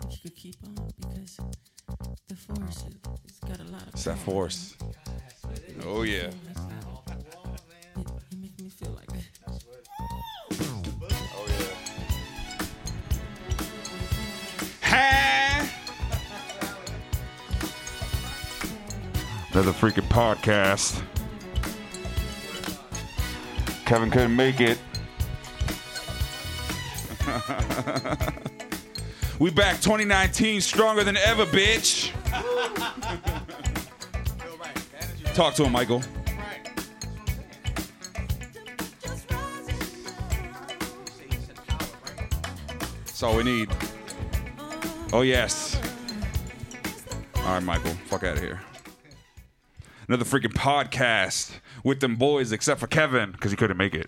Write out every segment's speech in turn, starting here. that you could keep on because the force is it's got a lot of. It's that power. force. Oh yeah. That's how- It, it makes me feel like that. Oh yeah. Hi. Another freaking podcast. Kevin couldn't make it. we back 2019 stronger than ever, bitch. Talk to him, Michael. That's all we need. Oh, yes. All right, Michael, fuck out of here. Another freaking podcast with them boys, except for Kevin, because he couldn't make it.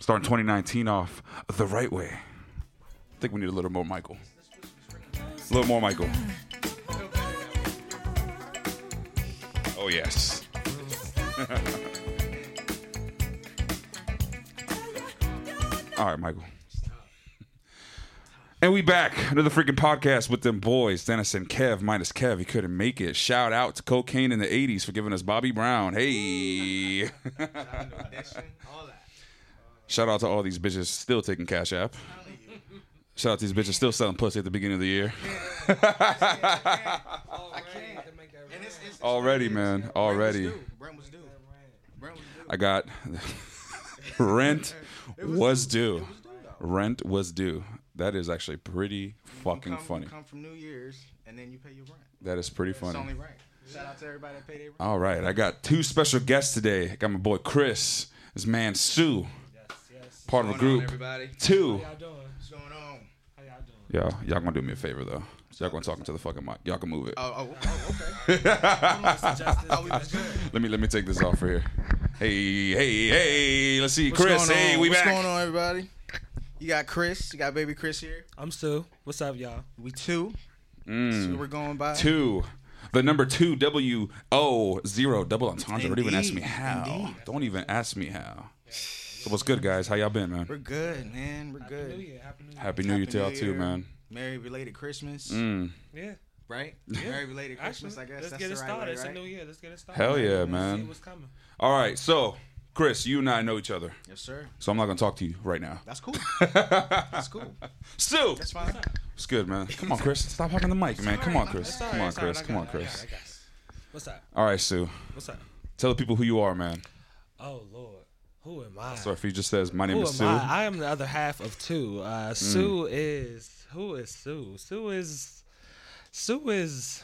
Starting 2019 off the right way. I think we need a little more Michael. A little more Michael. Oh, yes. All right, Michael. And we back. Another freaking podcast with them boys, Dennis and Kev, minus Kev. He couldn't make it. Shout out to Cocaine in the 80s for giving us Bobby Brown. Hey. Shout out to all these bitches still taking Cash App. Shout out to these bitches still selling pussy at the beginning of the year. And it's, it's, Already, man. Already. Brent was due. Brent was due. I got rent was due. Rent was due. That is actually pretty fucking come, funny. Come from New Year's and then you pay your rent. That is pretty It's only funny. right. Shout out to everybody that paid their rent. All right, I got two special guests today. I got my boy Chris, his man Sue, part of a What's going on, group. everybody. Two. How y'all doing? What's going on? How y'all doing? Yo, y'all gonna do me a favor though. Y'all gonna talk into the fucking mic. Y'all can move it. Oh, oh, oh okay. I thought we was good. Let me let me take this off right here. Hey, hey, hey. Let's see, What's Chris. going on? Hey, we What's back. going on, everybody? You got Chris. You got baby Chris here. I'm Stu. What's up, y'all? We two. That's what we're going by. Mm, Hmm. Two. The number two W O zero double entendre. Don't even ask me Indeed, how. indeed. Don't even ask me how. So what's good, guys? How y'all been, man? We're good, man. We're New good. Year. Happy New Year. Happy New Year to Happy y'all New too, Year. man. Merry belated Christmas, Mm. Yeah. right? Merry belated Actually, Christmas. I guess let's that's get the it right started. way, It's a right? new year. Let's get it started. Hell yeah, Let's See man. what's coming. All right, so Chris, you and I know each other, Yes, sir. so I'm not gonna talk to you right now. That's cool. that's cool. Sue, That's fine. it's good, man. Come on, Chris, stop hogging the mic, man. Come on, Chris. Come on, Chris. Come on, Chris. What's up? All right, Sue, What's up? tell the people who you are, man. Oh Lord, who am I? So if he just says, "My name Who am is Sue," Mm. I? I am the other half of two. Uh, Sue is who is Sue? Sue is Sue is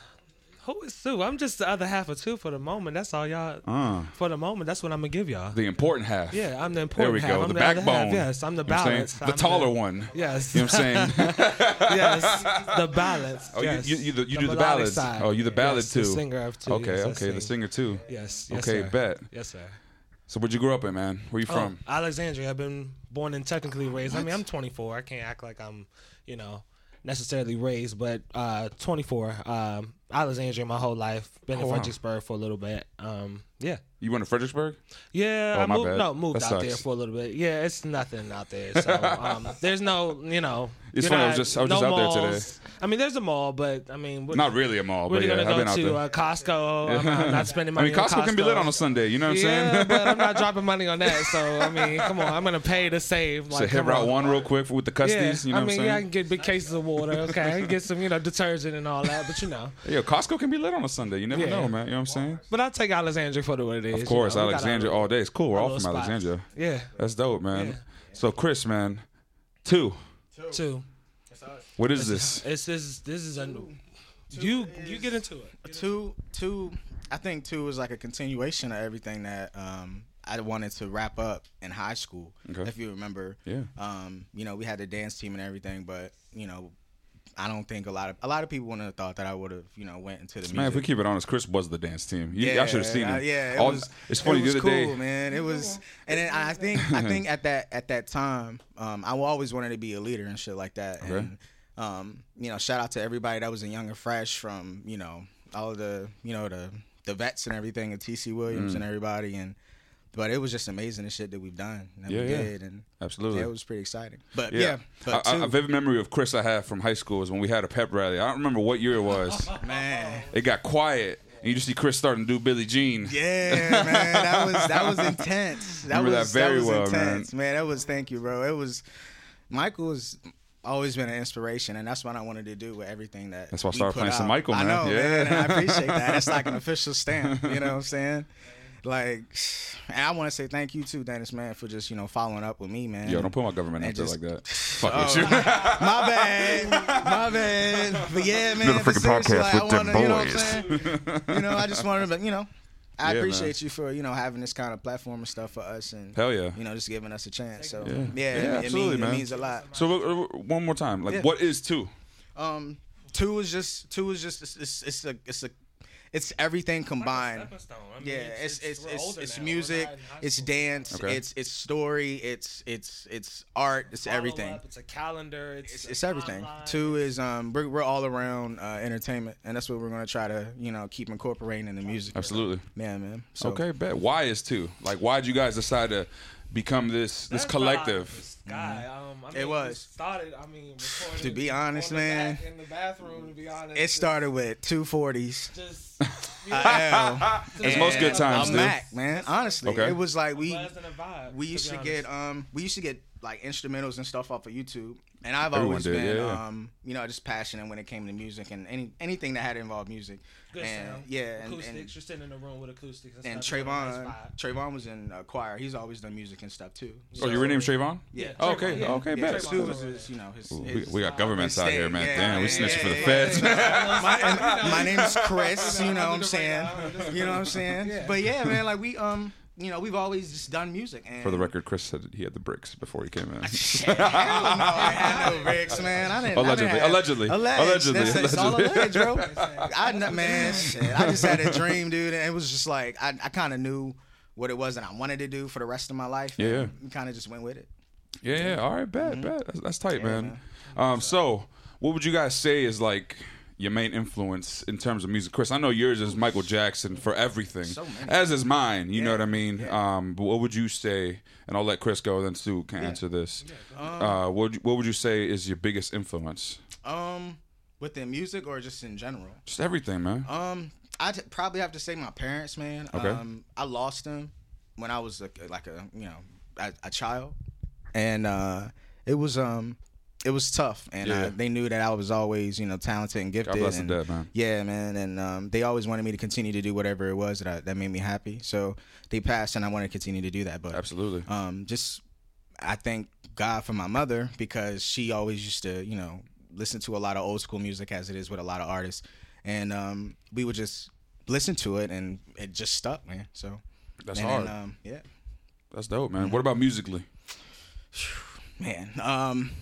who is Sue? I'm just the other half of two for the moment. That's all y'all. uh, For the moment, that's what I'm gonna give y'all. the important half. Yeah, I'm the There important we half. go. I'm The, other half. backbone. Yes, I'm the You know what saying? balance. the I'm taller one. Yes. You know what I'm saying? yes, the balance. Oh, you- yes. you- you the- you do the melodic ballads. Oh, you the ballad yes, too. The singer of two. okay, yes, I okay, the sing. singer too. Yes. yes Okay, sir. bet. Yes, sir. So where'd you grow up in, man? Where you from? Oh, Alexandria. I've been born and technically raised. I mean, I'm 24. I can't act like I'm, you know, necessarily raised, but uh, 24. Um, Alexandria my whole life. Been Oh, in wow. Fredericksburg for a little bit. Um, yeah. You went to Fredericksburg? Yeah, Oh, I my moved, bad. no, moved That out there sucks. for a little bit. Yeah, it's nothing out there. So um, there's no, you know, It's you're funny, I was not- just- I was no just out there today. malls. I mean, there's a mall, but I mean, what, Not really a mall, We're but yeah, gonna I've go been out to there. uh, Costco. I'm not- I'm not spending I money. mean, Costco on can be lit on a Sunday. You know what I'm Yeah, saying? but I'm not dropping money on that. So I mean, come on, I'm gonna pay to save. so Like, hit come Route on. One real quick with the Yeah, custies. you know I mean, what yeah, I I'm can saying? get big cases of water. Okay, I can get some, you know, detergent and all that. But you know, Yo, Costco can be lit on a Sunday. You never Yeah. know, man. You know what I'm saying? but I'll take Alexandria for the what it is. Of course, you know, we got our- Alexandria all day. It's cool. We're our all from little spots. Alexandria. Yeah, That's dope, man. Yeah. So Chris, man, two. two. What is this? It's this. This is a new. You you get into it. two two i think two is like a continuation of everything that um i wanted to wrap up in high school Okay. if you remember Yeah. um you know we had the dance team and everything but you know i don't think a lot of a lot of people wouldn't have thought that i would have you know went into the music Man, if we keep it honest, Chris was the dance team. You, y'all should have seen him. uh, yeah, it All- was, it's funny It was the other cool, day. man. It was, and then I think I think at that at that time, um, I always wanted to be a leader and shit like that. Okay. And um, you know, shout out to everybody that was in Young and Fresh from Mm. you know all of the you know the the vets and everything, and TC Williams and everybody, and But it was just amazing the shit that we've done that Yeah, we yeah. did, and Absolutely. yeah, it was pretty exciting. But yeah, Yeah. but I, I, two, a vivid memory of Chris I have from high school is when we had a pep rally. I don't remember what year it was. man, it got quiet, and you just see Chris starting to do Billie Jean. yeah, man, that was that was intense. That Remember that was very was well, intense, man. That was thank you, bro. It was Michael's always been an inspiration, and that's what I wanted to do with everything that. That's why I we started put playing some out. Michael, I man. know, Yeah. man, and I appreciate that. That's like an official stamp. You know what I'm saying? Like, and I want to say thank you too, Dennis, man, for just you know following up with me, man. Yo, don't put my government out And there just- like that. Fuck with you. My bad, my bad. But yeah, man. Another but freaking seriously, podcast like, with I them wanna, You know, what I'm saying? Oh. you know, I just wanted to, you know, I Yeah, man. appreciate you for you know having this kind of platform and stuff for us, and Hell yeah. you know, just giving us a chance. So Yeah. yeah, Yeah, it- it, absolutely, means, man. it means a lot. So uh, uh, one more time, like Yeah. what is two? Um, two is just two is just it's it's, it's a it's a it's everything combined. Yeah, it's it's it's, it's music, it's dance, Okay. it's it's story, it's it's it's art, it's everything. It's a calendar. It's it's, a it's everything. timeline. Two is um we're, we're all around uh, entertainment, and that's what we're gonna try to you know keep incorporating in the music. Absolutely. Yeah, man. So, Uh, Okay, bet. Why is two? Like, why'd you guys decide to become this this That's collective? why I was Guy, um, I mean, It was. we started. I mean, recording To be honest, on the man, back in the bathroom. To be honest, It started with two forties. Just, you know, It's most good times, A dude. Mac, man. Honestly, Okay. it was like we buzz and a vibe, we to used be to honest. get um we used to get like instrumentals and stuff off of YouTube, and I've Everyone always did, been yeah, yeah. um you know just passionate when it came to music and any anything that had to involve music. good and sound. yeah, and, acoustics. and You're sitting in a room with acoustics. That's and not the nice Trayvon, vibe. Trayvon was in a choir. He's always done music and stuff too. Oh, your real name's Trayvon? Yeah. Oh, okay, Trayvon, yeah. okay, Yeah, bet. Trayvon. Stu was his, you know, his. Ooh, we, his- we got governments out here, man. Yeah, Damn, we yeah, snitching for the yeah, feds. my, and my name is Chris. You know what I'm Under the saying? radar. You know what I'm saying? Yeah. But yeah, man, like we um, you know, we've always just done music. And for the record, Chris said he had the bricks before he came in. hell no, I had no bricks, man. I didn't. I Allegedly, didn't have, allegedly, alleged. allegedly, That's, It's all allegedly. alleged, bro. I kn- man, shit. I just had a dream, dude, and it was just like I, I kind of knew what it was that I wanted to do for the rest of my life. Yeah, yeah. Kind of just went with it. Yeah, yeah. All right, bet, Mm-hmm. bet. That's, that's tight, man. man. Um, so, what would you guys say is like your main influence in terms of music? Chris, I know yours is Michael Jackson for everything, So many. as is mine. You know what I mean? Um, but what would you say? And I'll let Chris go, then Sue can answer this. uh, what would you- What would you say is your biggest influence? Um, within music or just in general. Just everything, man. Um, I t- probably have to say my parents, man. Okay. Um, I lost them when I was a, like a you know a, a child, and uh, it was um it was tough, and Yeah. I, they knew that I was always you know talented and gifted. God bless the and- dead, man. Yeah, man, and um, they always wanted me to continue to do whatever it was that I, that made me happy. So they passed, and I want to continue to do that. But Absolutely. um, just I thank God for my mother because she always used to, you know, listen to a lot of old school music as it is with a lot of artists, and um, we would just listen to it and it just stuck, man. So That's and hard. Then, um, yeah, That's dope, man. What about musically? man. Um,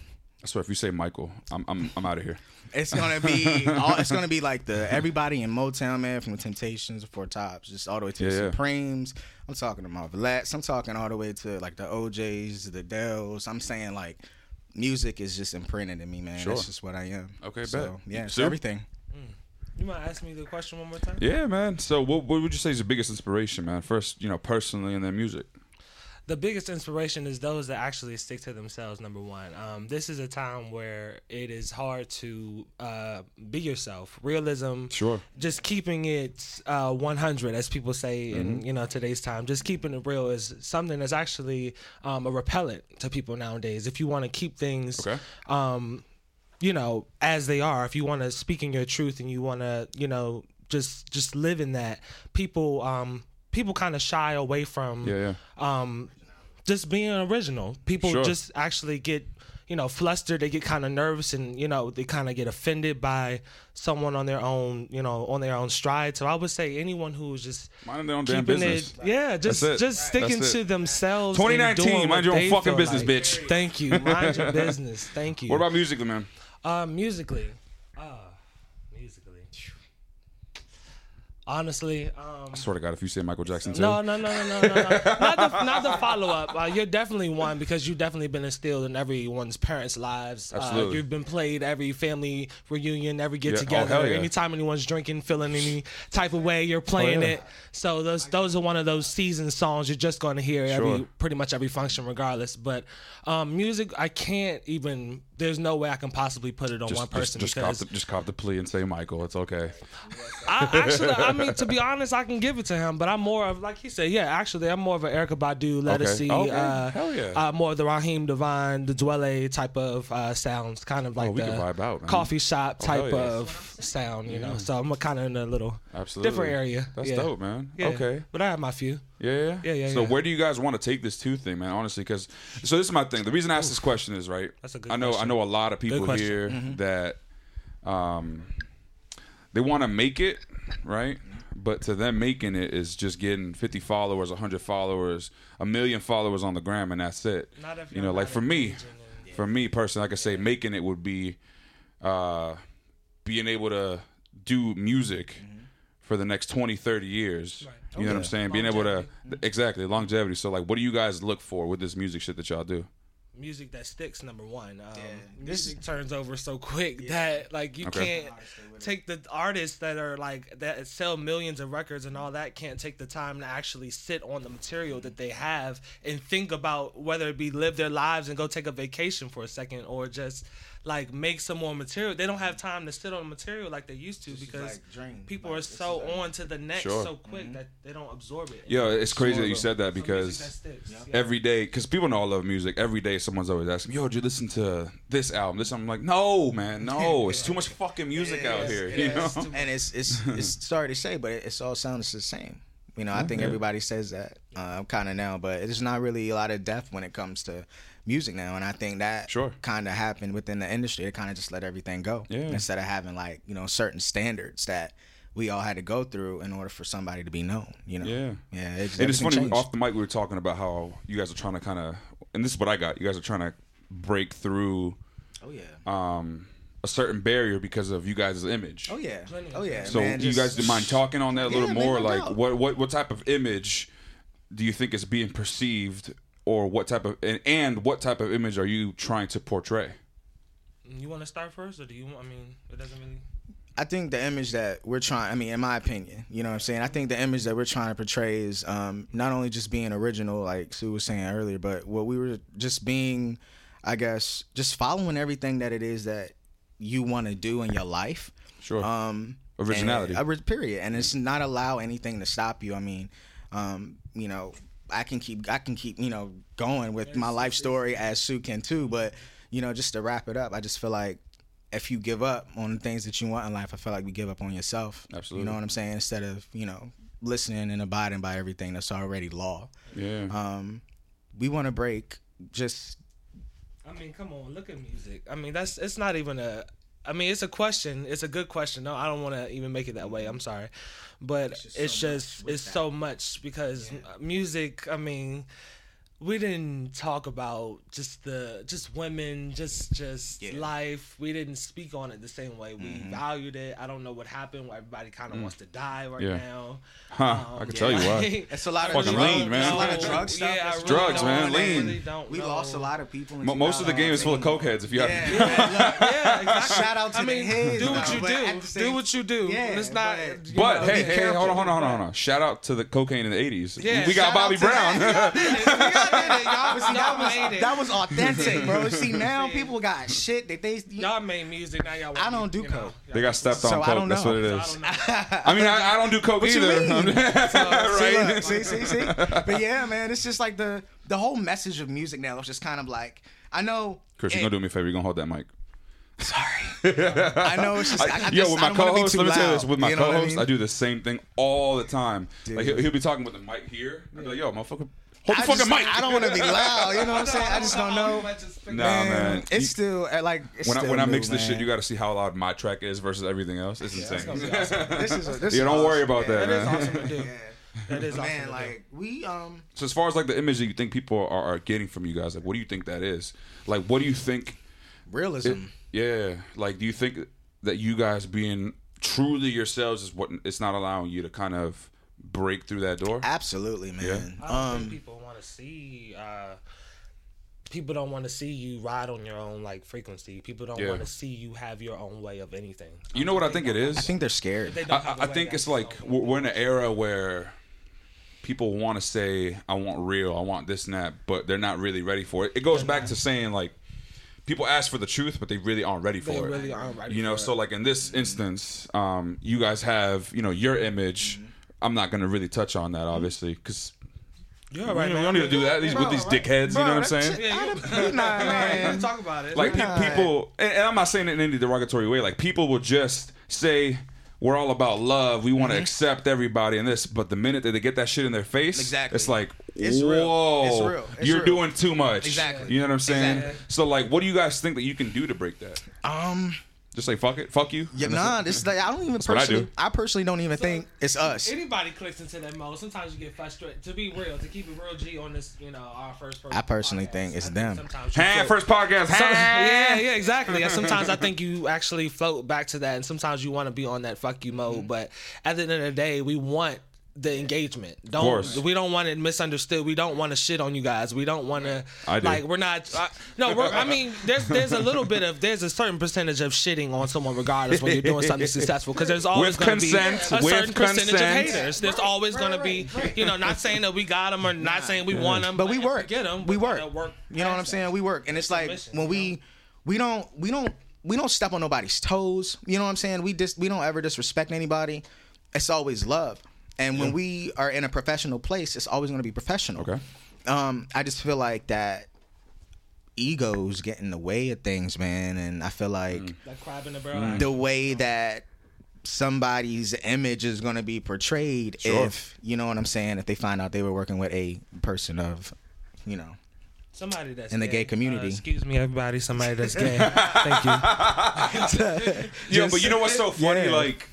I swear, if you say Michael, I'm I'm, I'm out of here. it's gonna be all, it's gonna be like the everybody in Motown, man, from the Temptations, Four Tops, just all the way to the Yeah, yeah. Supremes. I'm talking to Marvelettes. I'm talking all the way to like the OJ's, the Dells. I'm saying like. Music is just imprinted in me, man. Sure. That's just what I am. Okay, so, bet. yeah, it's Sue? everything. You might ask me the question one more time. Yeah, man. So, what, what would you say is your biggest inspiration, man? First, you know, personally, and then music. the biggest inspiration is those that actually stick to themselves number one um, this is a time where it is hard to uh, be yourself realism Sure. just keeping it uh, 100 as people say Mm-hmm. in you know today's time just keeping it real is something that's actually um, a repellent to people nowadays if you want to keep things Okay. um, you know, as they are. If you want to speak in your truth and you want to, you know, just just live in that, people um people kind of shy away from Yeah, um just being original. People Sure. just actually get you know flustered. They get kind of nervous and you know they kind of get offended by someone on their own you know on their own stride. So I would say anyone who's just Minding their own damn keeping business. it, yeah, just That's it. just sticking That's it. to themselves. and 2019, doing what mind your own they fucking feel business, like. bitch. Thank you, mind your business. Thank you. What about musically, man? Uh, musically. Uh, musically. honestly. Um, I swear to God, if you say Michael Jackson too, no, no, no, no, no, no, no. not the not the follow up. Uh, you're definitely one because you've definitely been instilled in everyone's parents' lives. Uh, Absolutely. you've been played every family reunion, every get Yeah. Oh, together, hell yeah. anytime anyone's drinking, feeling any type of way, you're playing Oh, yeah. it. So those those are one of those season songs you're just going to hear every Sure. pretty much every function, regardless. But um, music, I can't even. There's no way I can possibly put it on one just, person just, just, cop because the, just cop the plea and say Michael. It's okay. I actually, I mean, to be honest, I can give it to him, but I'm more of, like he said, yeah, actually, I'm more of an Erica Badu, Let Us Okay. See, Okay. uh, Hell yeah. uh, more of the Raheem Devine, the Dwelle type of uh, sounds, kind of like Oh, we the can vibe out, man. Oh, coffee shop hell type yeah. of sound, you know. So I'm kind of in a little Absolutely. different area. That's yeah. dope, man. Yeah. Okay. but I have my few. Yeah, Yeah, yeah, So yeah. where do you guys want to take this two thing, man? Honestly, because so this is my thing. The reason I asked this question is right. That's a good I know question. I know a lot of people question. Mm-hmm. here that um they want to make it right, but to them making it is just getting fifty followers, hundred followers, a million followers on the gram, and that's it. Not if you you're know, like not for me, engaging and- for me personally, I could say making it would be uh being able to do music Mm-hmm. for the next 20 30 years you know what i'm saying being able to exactly longevity so like what do you guys look for with this music shit that y'all do Music that sticks, number one. Um, This music turns over so quick that like you Okay. can't take the artists that are like that sell millions of records and all that can't take the time to actually sit on the material that they have and think about whether it be live their lives and go take a vacation for a second or just like make some more material. They don't have time to sit on the material like they used to because like dream. people Like, are this is so like- Mm-hmm. on to the next Sure. so quick that they don't absorb it. yeah it's crazy that you Sort of. said that So music that because sticks, yeah. every day because people know i love music every day someone's always asking yo did you listen to this album this album? i'm like no man no it's too much fucking music out here you know and it's it's it's sorry to say, but it, it's all sounds the same. You know, I think everybody says that uh, kind of now, but there's not really a lot of depth when it comes to music now, and I think that Sure. kind of happened within the industry. It kind of just let everything go Yeah. instead of having like you know certain standards that we all had to go through in order for somebody to be known. You know, Yeah. yeah. It, just- And it's everything funny changed. off the mic we were talking about how you guys are trying to kind of, and this is what I got. You guys are trying to break through oh yeah. a certain barrier because of you guys' image. oh yeah. Oh yeah. Uh, So man, do you guys just- do mind talking on that a little Yeah, man, more? no like doubt. what what what type of image do you think is being perceived, or what type of and, and what type of image are you trying to portray? You want to start first or do you want- I mean, it doesn't really I think the image that we're trying, I mean, in my opinion, you know what I'm saying? I think the image that we're trying to portray is um, not only just being original, like Sue was saying earlier, but what we were just being, I guess, just following everything that it is that you want to do in your life. Sure. Um, Originality. and- uh, period. And it's not allow anything to stop you. I mean, um, you know, I can keep, I can keep, you know, going with my life story as Sue can too. But you know, just to wrap it up, I just feel like if you give up on the things that you want in life, I feel like we give up on yourself. Absolutely. You know what I'm saying? Instead of you know listening and abiding by everything that's already law. yeah. Um, we want to break just I mean, come on, look at music. I mean, that's it's not even a. I mean, it's a question. It's a good question. No, I don't want to even make it that way. I'm sorry, but it's just it's, so much because m- music. I mean, we didn't talk about just the just women, just just life. We didn't speak on it the same way. We Mm-hmm. valued it. I don't know what happened. Why everybody kind Mm. of wants to die right Yeah. now. Um, Huh, oh, I can tell you why. It's a lot of Fucking drugs, lean, man. It's a lot of No, drug stuff. yeah, I It's really Drugs, don't- man, I lean. really don't We know. lost a lot of people. in Mo most of the game is full of 2000. cokeheads. If you Yeah, have yeah, look, yeah, exactly. Shout out to I the mean, heads, do what though, you but do. at the do same- what you do. Yeah, it's not. but- you But hey, know, be hey, hey, careful. hold on, hold on, hold on, hold on. Shout out to the cocaine in the '80s. Yeah, we got shout Bobby out to Brown. Y'all But see, that, y'all made was, it. that was authentic, bro. See, now See. people got shit that they. Y'all made music. Now y'all. I don't do you know, coke. they got stepped on So I coke. don't That's know. what it I is. don't know. I mean, I, I don't do coke you either. mean? See, right? look, see, see, see. But yeah, man, it's just like the the whole message of music now. It's just kind of like I know. Christian, it- go do me a favor. You're gonna hold that mic. Sorry. I know it's just. I, I Yo, just, with I my don't wanna be co-host, too let me tell you this. loud, With my you know what co-host, I, mean? do the same thing all the time. Like he'll, he'll be talking with the mic here. I'll be like, yo, motherfucker, hold the I fucking just- mic. I don't want to be loud. You know what I'm saying? I just don't know. Nah, man. It's You- still uh, like it's when I, still when I new, mix this man. shit, you got to see how loud my track is versus everything else. It's insane. this is a, this Yeah, is don't worry about awesome, that, man. That is man. awesome to do. That is awesome. to Man, do. like we um So as far as like the image that you think people are, are getting from you guys, like what do you think that is? Like what do you think? realism. Yeah, like do you think that you guys being truly yourselves is what it's not allowing you to kind of break through that door. Absolutely, man. I don't think Um, people want to see. Uh, people don't want to see you ride on your own like frequency. People don't Yeah. want to see you have your own way of anything. You know what I think it is? I think they're scared. They don't I, have a I way think that's it's like so- we're we're in an era where people want to say, "I want real, I want this and that," but they're not really ready for it. It goes back to saying like people ask for the truth, but they really aren't ready for They it. really aren't ready You know, for so it. Mm-hmm. like in this instance, um, you guys have you know your Mm-hmm. image. I'm not going to really touch on that, obviously, because You're all we right, don't man. we don't need to do that. These with these dickheads, you know what I'm saying? Yeah, Nah, man. talk about it. like pe- people and, and i'm not saying it in any derogatory way like people will just say we're all about love we Mm-hmm. want to accept everybody and this but the minute that they get that shit in their face Exactly. it's like It's real. whoa It's real. It's you're real." doing too much Exactly. you know what i'm saying Exactly. so like what do you guys think that you can do to break that Um, just like fuck it fuck you yeah, And that's nah, it. this is like I don't even what I personally. do. I, personally don't even think it's us. Anybody clicks into that mode. Sometimes you get frustrated. To be real, to keep it real, G on this, you know, our first person. I personally think it's them. Sometimes you Hey, feel- first podcast. So- hey. yeah, yeah, exactly. And sometimes I think you actually float back to that, and sometimes you want to be on that fuck you mode. Mm. But at the end of the day, we want the engagement. course. Don't we don't want it misunderstood. We don't want to shit on you guys. We don't want to I do. like we're not. I, no, we're, I mean, there's there's a little bit of there's a certain percentage of shitting on someone regardless when you're doing something successful because there's always With going to be a consent, certain with percentage of consent. haters. There's always going to be you know not saying that we got them or not saying we want them, but we work. Get them. We work. You know what I'm saying? We work, and it's like mission, when you we we don't we don't we don't step on nobody's toes. You know what I'm saying? We just we don't ever disrespect anybody. It's always love, and when we are in a professional place, it's always going to be professional. Okay. Um, I just feel like that egos get in the way of things, man, and I feel like That crab in the barrel. the way that somebody's image is going to be portrayed Sure. if you know what I'm saying if they find out they were working with a person of you know Somebody that's In the gay gay. community. Uh, excuse me, everybody. Somebody that's gay. Thank you. Yeah, but you know what's so funny? Yeah. Like,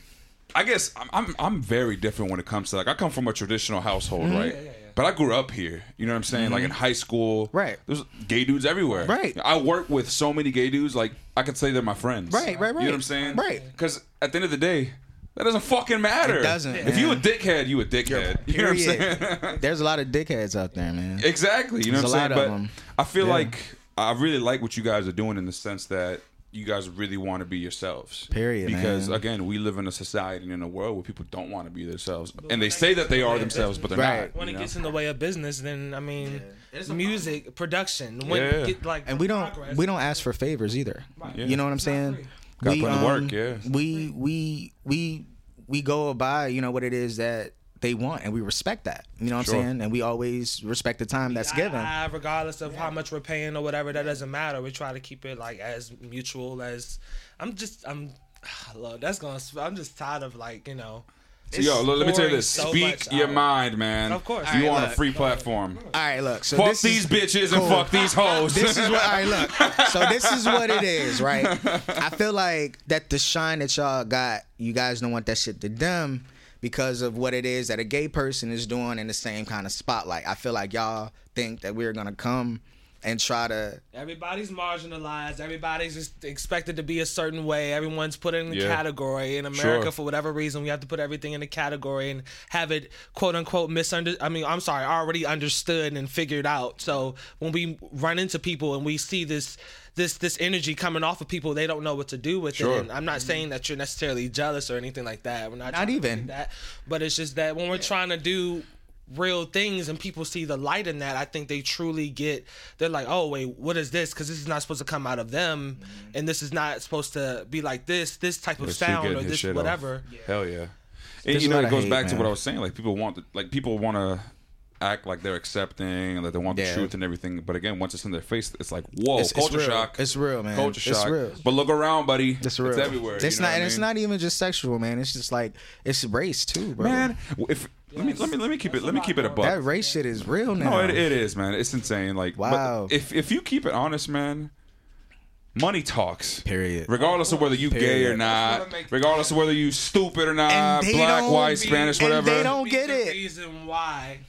I guess I'm, I'm I'm very different when it comes to like I come from a traditional household, Mm-hmm. right? yeah, yeah. But I grew up here. You know what I'm saying? Like in high school, Right. There's gay dudes everywhere, Right. I work with so many gay dudes. Like I could say they're my friends, Right, right, You know right. what I'm saying? Right. Because at the end of the day. That doesn't fucking matter. It doesn't, If you a man. dickhead, you a dickhead. You know what I'm saying? Period. There's a lot of dickheads out there, man. Exactly. You know There's what a I'm lot saying? of But them. I feel Yeah. like I really like what you guys are doing in the sense that you guys really want to be yourselves. Period, Because man. again, we live in a society and in a world where people don't want to be themselves. and they say that they are themselves, but they're Right. not. When you it know? gets in the way of business, then I mean, music production. When Yeah. it get, like, and we don't progress, we don't ask for favors either. Yeah. You know what I'm saying? Gotta we, um, put in the work, yeah. We we we we go by you know what it is that they want, and we respect that. You know what Sure. I'm saying? And we always respect the time that's eye to given. eye, regardless of how much we're paying or whatever, that doesn't matter. We try to keep it like as mutual as. I'm just I'm. Love that's gonna. sp- I'm just tired of like you know. So, yo, it's let, let me tell you boring this. so Speak much uh, your out. mind, man. Of course. You Alright, on a look. free platform. all right, look. So Fuck this these is- bitches and cool. fuck these hoes. This is what all right, look. So this is what it is, right? I feel like that the shine that y'all got, you guys don't want that shit to them because of what it is that a gay person is doing in the same kind of spotlight. I feel like y'all think that we're gonna come and try to Everybody's marginalized. Everybody's just expected to be a certain way. Everyone's put in a Yeah. category. In America, Sure. for whatever reason, we have to put everything in a category and have it quote unquote misunderstood. I mean, I'm sorry, already understood and figured out. So when we run into people and we see this this this energy coming off of people, they don't know what to do with Sure. it. And I'm not saying that you're necessarily jealous or anything like that. We're not Not trying to even. do that. But it's just that when we're trying to do real things and people see the light in that, I think they truly get, they're like, oh, wait, what is this? Because this is not supposed to come out of them. Mm-hmm. And this is not supposed to be like this, this type of It's you sound getting or his this shit off. whatever. Hell yeah. And There's you a know, lot it of goes hate, back to man. what I was saying. Like people want, like people want to act like they're accepting, and that they want the Yeah. truth and everything. But again, once it's in their face, it's like, whoa, It's- it's Oh, culture real. shock. It's real, man. Culture It's shock. real. But look around, buddy. It's real. It's everywhere. It's you know not, what and I it's mean? not even just sexual, man. It's just like it's race too, bro. Man, if let me let me let me keep it let me keep it a buck. that race shit is real now. No, it, it is, man. It's insane. Like, but Wow. if if you keep it honest, man, money talks. Period. Regardless of whether you gay or Period. not, That's what I'm regardless of whether you stupid or not, And they black, don't white, be- Spanish, and whatever. they don't get The it. reason why.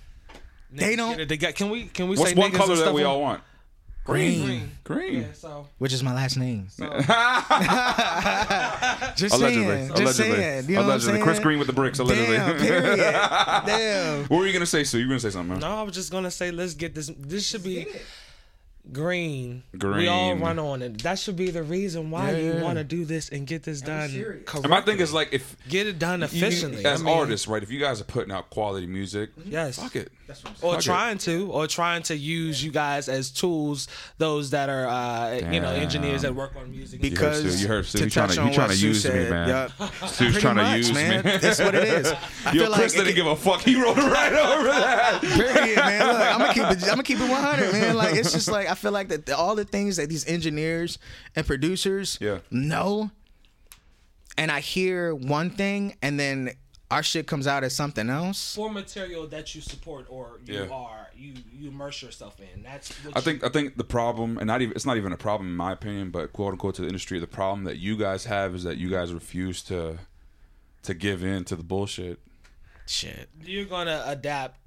They don't- Get it together. Can we, can we What's say one niggas color and that stuff we on- all want? Green, Green. Yeah, so which is my last name. just Allegedly. saying, just Allegedly. saying. You allegedly. know what I'm Chris saying? Green with the bricks, allegedly. Damn, period. Damn. what were you gonna say, Sue? You were gonna say something. huh? no, I was just gonna say let's get this. This should be green. We Green. all run on it. That should be the reason why Yeah, you yeah. want to do this and get this done. serious. And And my Correct. thing is like if Get it done you- efficiently. as I mean, artists, right? If you guys are putting out quality music, Yes. fuck it. or Fuck it. trying to, or trying to use you guys as tools. Those that are, uh, you know, engineers that work on music. You heard Sue, Because you heard Sue. to He trying touch to, on he trying what to Sue use me, said, man. yup. Sue's trying to use man. me. That's what it is. I Yo, feel Chris like didn't give a fuck. He rolled right over that. period, man. Look, I'm gonna keep it. I'm gonna keep it 100, man. Like it's just like I feel like that all the things that these engineers and producers Yeah. know, and I hear one thing, and then our shit comes out as something else. for material that you support or you Yeah. are you you immerse yourself in. That's what I think I think the problem, and not even it's not even a problem in my opinion, but quote unquote to the industry, the problem that you guys have is that you guys refuse to to give in to the bullshit. Shit. you, are gonna adapt.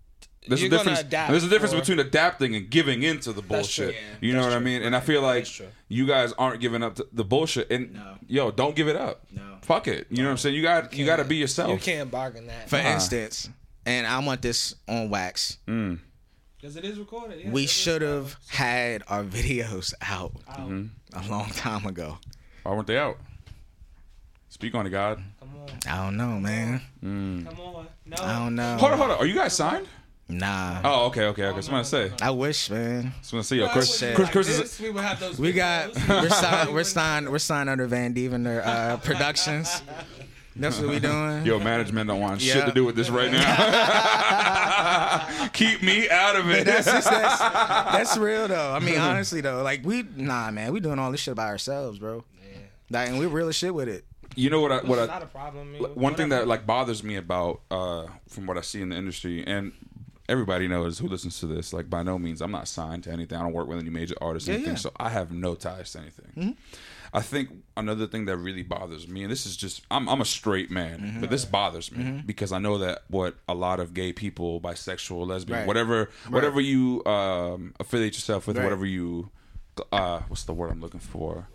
There's you're a gonna difference. adapt. There's a difference for- between adapting and giving in to the true. bullshit. Yeah, you know what I mean? And I feel like That's true. you guys aren't giving up to the bullshit. And No. yo, don't give it up. No. Fuck it. You know what I'm saying? You got you, got to be yourself. You can't bargain that For instance, and I want this on wax. because it is recorded. Mm-hmm. yeah, We it is. should have had our videos out Ow, Mm-hmm. a long time ago. Why weren't they out? Speak on it, God. Come on, I don't know, man. Mm-hmm. come on. No, I don't know. Oh. Hold on, hold on. Are you guys signed? Nah. Oh, okay, okay, okay. Somebody say. I wish, man. Somebody say. Yo, If I Chris, would've Chris, done Chris is. this, we would have those. We videos. got we're signed we're signed we're signed under Van Dievener uh, Productions. That's what we doing. Yo, management don't want shit Yeah. to do with this right now. Keep me out of it. That's, just, that's that's real though. I mean, honestly though, like we nah, man, we doing all this shit by ourselves, bro. Like, and we're real as shit with it. you know what? I, what It's I, not a problem. I mean, L- one thing whatever. that like bothers me about uh from what I see in the industry and everybody knows who listens to this like by no means I'm not signed to anything I don't work with any major artists or anything yeah. Mm-hmm. so I have no ties to anything I think another thing that really bothers me and this is just I'm I'm a straight man Mm-hmm. but this bothers me because I know that what a lot of gay people bisexual lesbian Right. whatever whatever you um affiliate yourself with Right. whatever you uh what's the word I'm looking for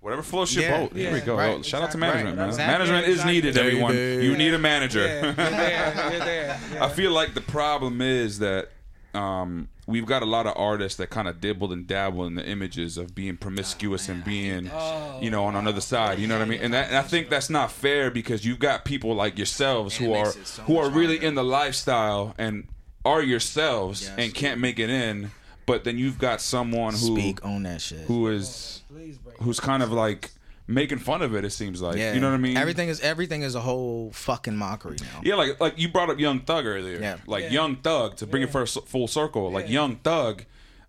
Whatever floats your Yeah. boat. There we Yeah. go. Right. Yo, Shout out to Exactly. management, Right. man. Exactly. Management is Exactly. needed, everyone. Baby. You need a manager. yeah, you're there. I feel like the problem is that um, we've got a lot of artists that kind of dibble and dabble in the images of being promiscuous and being, Oh, you know, on another side. You know what I mean? And, that, and I think that's not fair because you've got people like yourselves And who it are makes it so who are much really harder. in the lifestyle and are yourselves Yeah, and can't make it in. But then you've got someone who Speak on that shit. who is Please break. who's kind of like making fun of it. It seems like you know what I mean. Everything is everything is a whole fucking mockery now. Yeah, like like you brought up Young Thug earlier. Yeah. Like Yeah. Young Thug to bring it first full circle. Like Young Thug,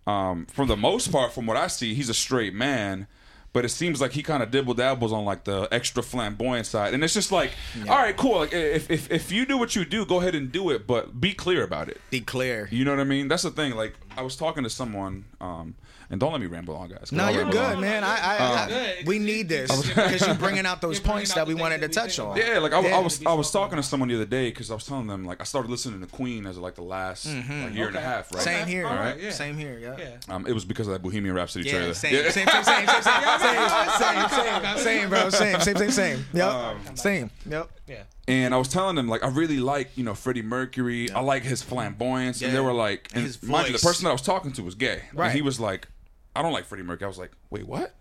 um, for the most part, from what I see, he's a straight man. But it seems like he kind of dibble dabbles on like the extra flamboyant side, and it's just like, all right, cool. Like if, if if you do what you do, go ahead and do it, but be clear about it. Be clear. You know what I mean? That's the thing. Like I was talking to someone, um, and don't let me ramble on, guys. 'cause No, I'll you're ramble good, on. man. I, I, Uh, I, Good. we need this because you're bringing out those points that we wanted to touch on. Yeah, like I, I Yeah. was I was talking to someone the other day because I was telling them like I started listening to Queen as like the last like, year and a Okay. half, right? Mm-hmm. Same here. Alright, yeah. Same here. Yeah. Yeah. Um, it was because of that Bohemian Rhapsody Yeah, trailer. same, same, same, same, same, same, same, same, same, same, bro, same, same, same, same. Yep, Um, same. Yep. Yeah. And I was telling them like I really like you know Freddie Mercury. I like his flamboyance. And they Yeah. were like, and His mind you, the voice. person that I was talking to was gay. Right. And he was like, I don't like Freddie Mercury. I was like, wait, what?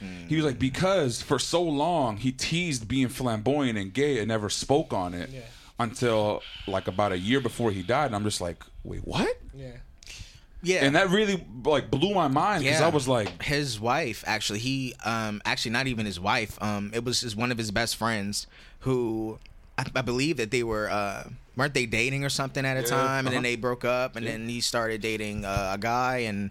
He Hmm. was like, because for so long he teased being flamboyant and gay and never spoke on it Yeah. until like about a year before he died. And I'm just like, wait, what? Yeah. Yeah. And that really like blew my mind because Yeah. I was like, his wife actually he um actually not even his wife um it was just one of his best friends who I, I believe that they were uh weren't they dating or something at a time Uh-huh. and then they broke up and then he started dating uh, a guy and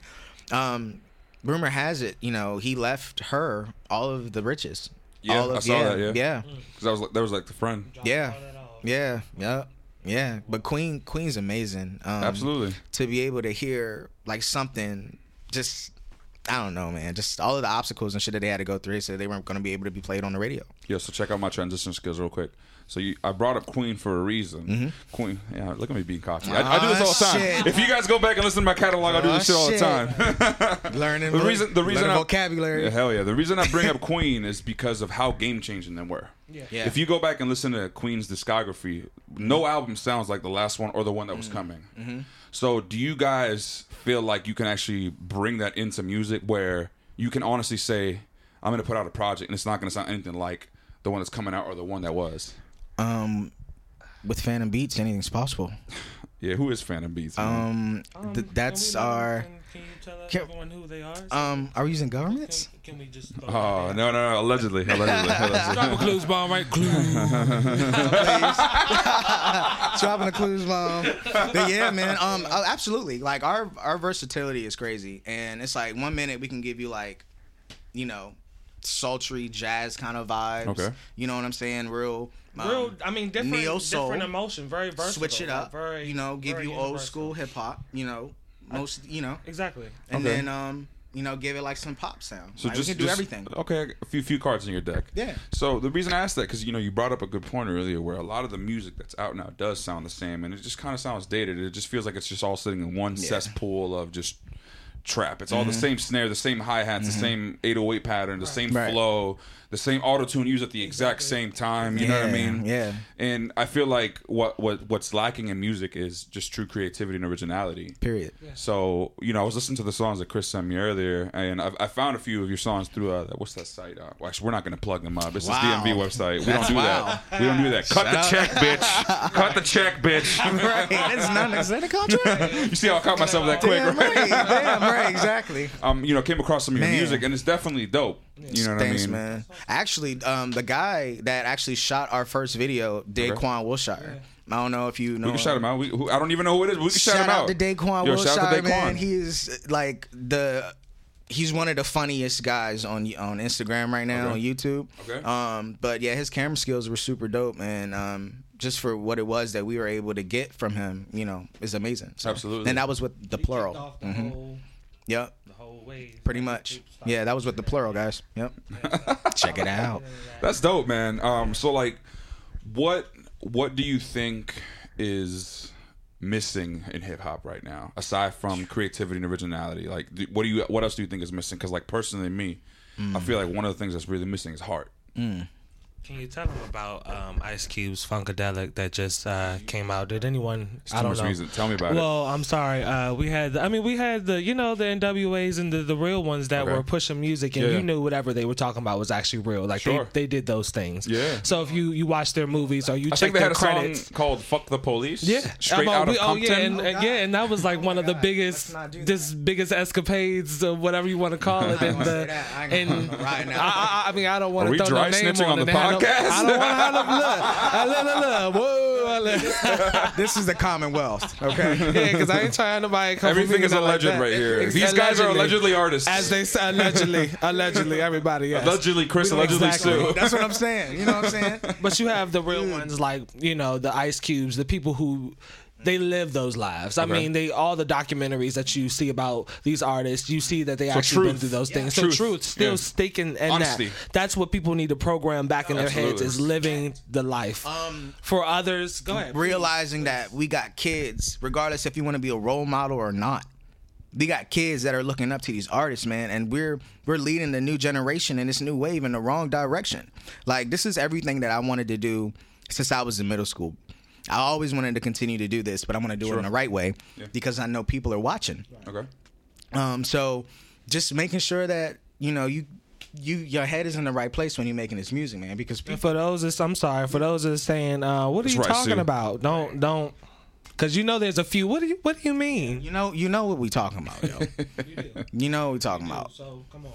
um rumor has it you know he left her all of the riches Yeah, all of I saw yeah, that, yeah. yeah because I was like, that was like the friend. yeah All in all. yeah yeah yeah but queen queen's amazing um Absolutely. to be able to hear like something just I don't know, man. Just all of the obstacles and shit that they had to go through. They said they weren't going to be able to be played on the radio. Yeah, so check out my transition skills real quick. So you, I brought up Queen for a reason. Queen, yeah, look at me being cocky. I, I do this all the time. Aw, Mm-hmm. Ah, shit. If you guys go back and listen to my catalog, I do Aw, this shit all the shit. time. Learning the reason, the reason I, vocabulary. Yeah, hell yeah. The reason I bring up Queen is because of how game changing they were. Yeah. Yeah. If you go back and listen to Queen's discography, no album sounds like the last one or the one that was coming. Mm-hmm. So, do you guys feel like you can actually bring that into music where you can honestly say, I'm going to put out a project and it's not going to sound anything like the one that's coming out or the one that was? Um, with Phantom Beats, anything's possible. Yeah, who is Phantom Beats? man? Um, th- can that's we not- our. Can, can you tell Can- everyone who they are? Um, are we using can, governments? can we just? oh, no, no, no. Allegedly. Allegedly. allegedly. Drop a clues bomb, right? Clues. Dropping the clues, mom. But yeah, man. Um, uh, absolutely. Like our our versatility is crazy, and it's like one minute we can give you like, you know, sultry jazz kind of vibes. Okay. You know what I'm saying? Real. um, Real, I mean, different, neo soul. different emotion, very versatile. switch it up. like, Very, you know, give very you old universal. school hip hop. You know, most. You know, Exactly. and Okay. then um, you know, give it like some pop sound. So Like, just we can do just- everything. Okay, a few few cards in your deck. Yeah. So the reason I asked that because you know you brought up a good point earlier where a lot of the music that's out now does sound the same and it just kind of sounds dated. It just feels like it's just all sitting in one cesspool of just trap. It's all Mm-hmm. the same snare, the same hi hats, the same 808 pattern, the same Right. flow, the same auto tune used at the exact same time. You know what I Yeah, mean? yeah. And I feel like what what what's lacking in music is just true creativity and originality. Period. So you know, I was listening to the songs that Chris sent me earlier, and I, I found a few of your songs through uh, what's that site? Uh, well, actually, we're not going to plug them up. It's Wow. this DMV website. We don't That's do wow. that. We don't do that. Cut the check, bitch. Cut the check, bitch. right. It's not an extended contract. you see how I caught myself that quick, Damn right? right. Damn right. Exactly. Um, you know, came across some of your Man. music, and it's definitely dope. You know what Thanks, I mean? man. Actually, um, the guy that actually shot our first video, Daquan Wilshire. I don't know if you know. We can shout him out. We, who, I don't even know who it is. But we can shout, him out. to Daquan Yo, Wilshire, shout out to Daquan. man. He is like the he's one of the funniest guys on on Instagram right now Okay. on YouTube. Okay. Um, but yeah, his camera skills were super dope, and um, just for what it was that we were able to get from him, you know, is amazing. So- Absolutely. And that was with the You kicked plural. Off the whole, Yep. the whole wave. Pretty Like, much. group style. Yeah, that was with the plural, guys. Yep. Check it out. That's dope, man. Um, so like, what what do you think is missing in hip hop right now, aside from creativity and originality? Like, do, what do you what else do you think is missing? Because like personally, me, I feel like one of the things that's really missing is heart. Can you tell them about um, Ice Cube's Funkadelic that just uh, came out? Did anyone? I don't much know. music. Tell me about it. well, I'm sorry. Uh, we had, I mean, we had the, you know, the NWAs and the, the real ones that Okay. were pushing music, and Yeah. you knew whatever they were talking about was actually real. Like Sure. they, they did those things. Yeah. So if you you watch their movies or you I check think they their had a credits, song called "Fuck the Police." yeah, straight Oh, out of we- Oh Compton. yeah, and, and God. yeah, and that was like Oh, one my of the God. Let's biggest, not do that. this biggest escapades, or whatever you want to call it. and wanna say the- that. I ain't and gonna ride now. I, I, I mean, I don't want Are we to throw dry no name snitching on it the and have podcast? no- I don't want to have no blood. I love, love, love. Whoa, I love- this is the Commonwealth, okay? yeah, because I ain't trying nobody. to come for Everything me is and a all like legend that. right here. Ex- These guys are allegedly artists. as they say, allegedly, allegedly, everybody. Yes. allegedly, Chris allegedly Exactly. Sue. That's what I'm saying. You know what I'm saying? But you have the real ones like, you know, the Ice Cubes, the people who they live those lives. I mean, they all the documentaries that you see about these artists, you see that they actually been truth. through those things. Truth. So truth still Yeah. sticking and Honesty. that. That's what people need to program back in their heads Absolutely. is living the life. Um, For others, go ahead. realizing that we got kids, regardless if you want to be a role model or not. We got kids that are looking up to these artists, man, and we're we're leading the new generation and this new wave in the wrong direction. Like this is everything that I wanted to do since I was in middle school. I always wanted to continue to do this, but I want to do it in the right way because I know people are watching. Okay. Um, so just making sure that you know you you your head is in the right place when you're making this music, man, because people. For those that's I'm sorry, for those that's saying, uh, what are you right, talking Sue. about? Don't don't cause you know there's a few what do you what do you mean? You know, you know what we talking about, yo. You do. you know what we talking about. Oh, So come on.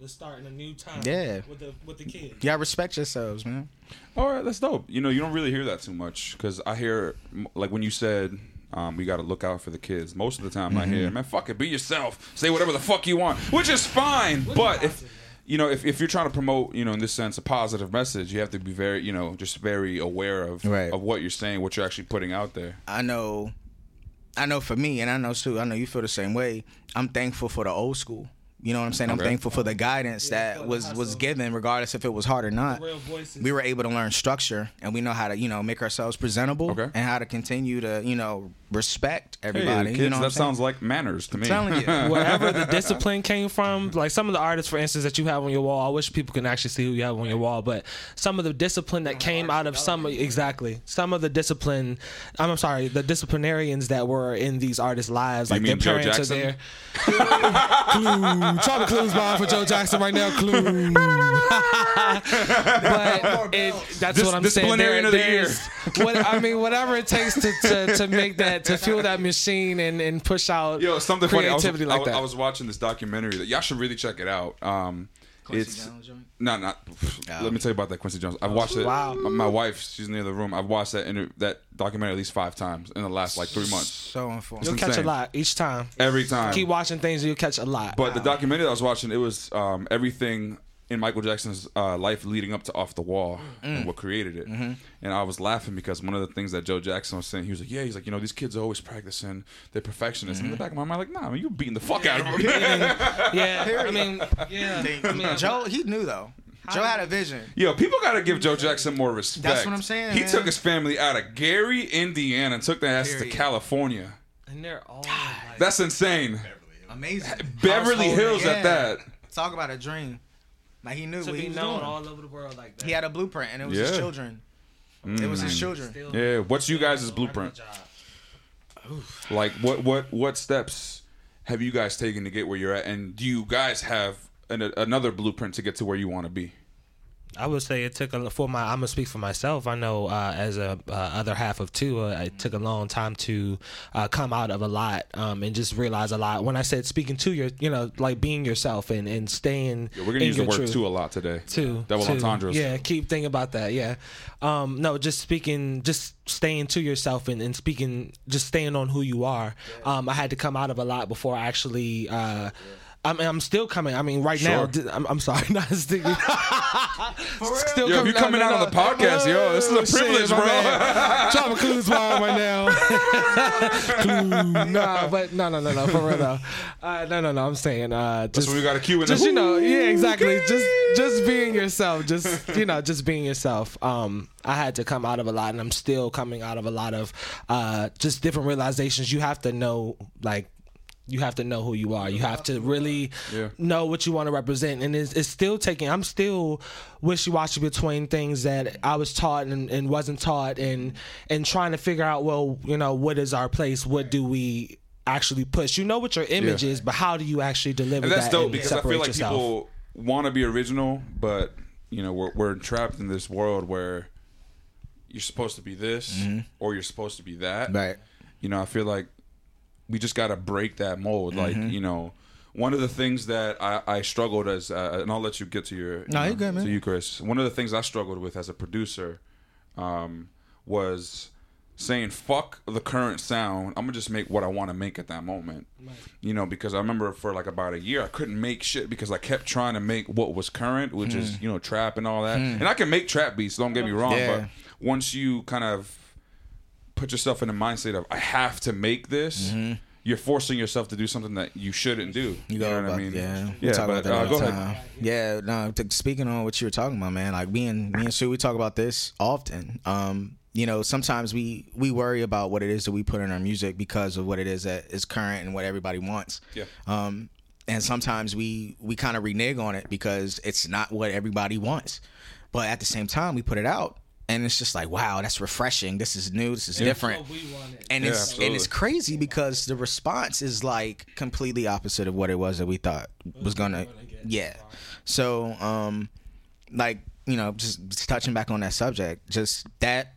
Let's start in a new time Yeah. with the with the kids. Y'all respect yourselves, man. All right, that's dope. You know, you don't really hear that too much because I hear, m- like, when you said um, we got to look out for the kids. Most of the time, I Mm-hmm. hear, man, fuck it, be yourself, say whatever the fuck you want, which is fine. but if you know, if, if you're trying to promote, you know, in this sense, a positive message, you have to be very, you know, just very aware of Right. of what you're saying, what you're actually putting out there. I know, I know for me, and I know Sue. I know you feel the same way. I'm thankful for the old school You know what I'm saying? I'm Okay. thankful for the guidance Yeah, for that the was was hustle. given, regardless if it was hard or not. Real voices. We were able to learn structure, and we know how to you know make ourselves presentable, Okay. and how to continue to you know respect Hey, everybody. kids, you know what that I'm saying? sounds like manners to me. telling you. wherever the discipline came from. Like some of the artists, for instance, that you have on your wall. I wish people can actually see who you have on your wall, but some of the discipline that came out of some exactly some of the discipline. I'm, I'm sorry, the disciplinarians that were in these artists' lives, like mean Joe their parents Jackson? are there. Clue, try the clues bomb for Joe Jackson right now. Clue. but it, that's Dis- what I'm saying. disciplinarian of the there's- what, I mean, whatever it takes to, to, to make that to fuel that machine and, and push out Yo, something funny. I was, creativity I, like was- that. I was watching this documentary that y'all should really check it out. Um, it's no, not. Let me tell you about that Quincy Jones. I've watched it. Oh, Wow. My, my wife, she's near the room. I've watched that inter- that documentary at least five times in the last like three months. So informed. You'll It's catch a insane. lot each time. Every time. Keep watching things, and you'll catch a lot. But the documentary that I was watching, it was um, everything in Michael Jackson's uh, life leading up to Off the Wall Mm. and what created it. Mm-hmm. And I was laughing because one of the things that Joe Jackson was saying, he was like, "Yeah, he's like, you know, these kids are always practicing. They're perfectionists." Mm-hmm. And in the back of my mind, like, "Nah, man, you're beating the fuck out of them." yeah, I mean, yeah, I mean, Joe, he knew though. Joe had a vision. Yo, people gotta give Joe Jackson more respect. That's what I'm saying, He man. took his family out of Gary, Indiana, and took their asses to Period. California. and they're all like, That's insane. Amazing. Beverly Household, Hills at yeah. that. Talk about a dream. Like he knew to what he be was known doing. all over the world like that. he had a blueprint, and it was Yeah. Mm. his children. It was his children. Still- Yeah, what's you guys' still blueprint? working a job. Like what what what steps have you guys taken to get where you're at, and do you guys have an, another blueprint to get to where you want to be? I would say it took a for my. I'm gonna speak for myself. I know uh, as a uh, other half of two, uh, it took a long time to uh, come out of a lot um, and just realize a lot. When I said speaking to your, you know, like being yourself and and staying. Yeah, we're gonna in use the your word truth. "too" a lot today. Too. double too. entendres. Yeah, keep thinking about that. Yeah. Um, no, just speaking, just staying to yourself and, and speaking, just staying on who you are. Um, I had to come out of a lot before I actually. Uh, I mean, I'm still coming. I mean, right now, Sure. d- I'm, I'm sorry. Not still, still Yo, if you're coming out of the podcast, yo, this is a privilege, bro. Trying to clues mom right now. nah, but no, no, no, no, for real though. Uh, no, no, no. I'm saying, uh, just So we got a cue in just the you know yeah exactly just just being yourself just you know just being yourself um i had to come out of a lot and i'm still coming out of a lot of uh just different realizations you have to know like you have to know who you are. You have to really Yeah. know what you want to represent, and it's, it's still taking. I'm still wishy washy between things that I was taught and, and wasn't taught, and and trying to figure out well, you know, what is our place? What do we actually push? You know what your image Yeah. is, but how do you actually deliver? And that's that dope and because I feel separate like yourself. people want to be original, but you know we're we're trapped in this world where you're supposed to be this or you're supposed to be that. Mm-hmm. Right. You know, I feel like we just got to break that mold. Mm-hmm. Like you know, one of the things that I, I struggled as, uh, and I'll let you get to your No, you you're good, man. to you, Chris. One of the things I struggled with as a producer um, was saying fuck the current sound i'm gonna just make what i want to make at that moment you know because i remember for like about a year i couldn't make shit because i kept trying to make what was current which is you know trap and all that and i can make trap beats don't get me wrong Hmm. Yeah. but once you kind of put yourself in a mindset of i have to make this you're forcing yourself to do something that you shouldn't do you, Mm-hmm. go know what i about- mean Yeah, we yeah talk but about uh, that all go the ahead time. Yeah, no. t- speaking on what you were talking about, man. Like me and me and Sue, we talk about this often. Um, you know, sometimes we we worry about what it is that we put in our music because of what it is that is current and what everybody wants. Yeah. Um, and sometimes we we kind of renege on it because it's not what everybody wants. But at the same time, we put it out, and it's just like, wow, that's refreshing. This is new. This is different. we want it. and Yeah, it's and absolutely. it's crazy because the response is like completely opposite of what it was that we thought was gonna yeah so um like you know just, just touching back on that subject just that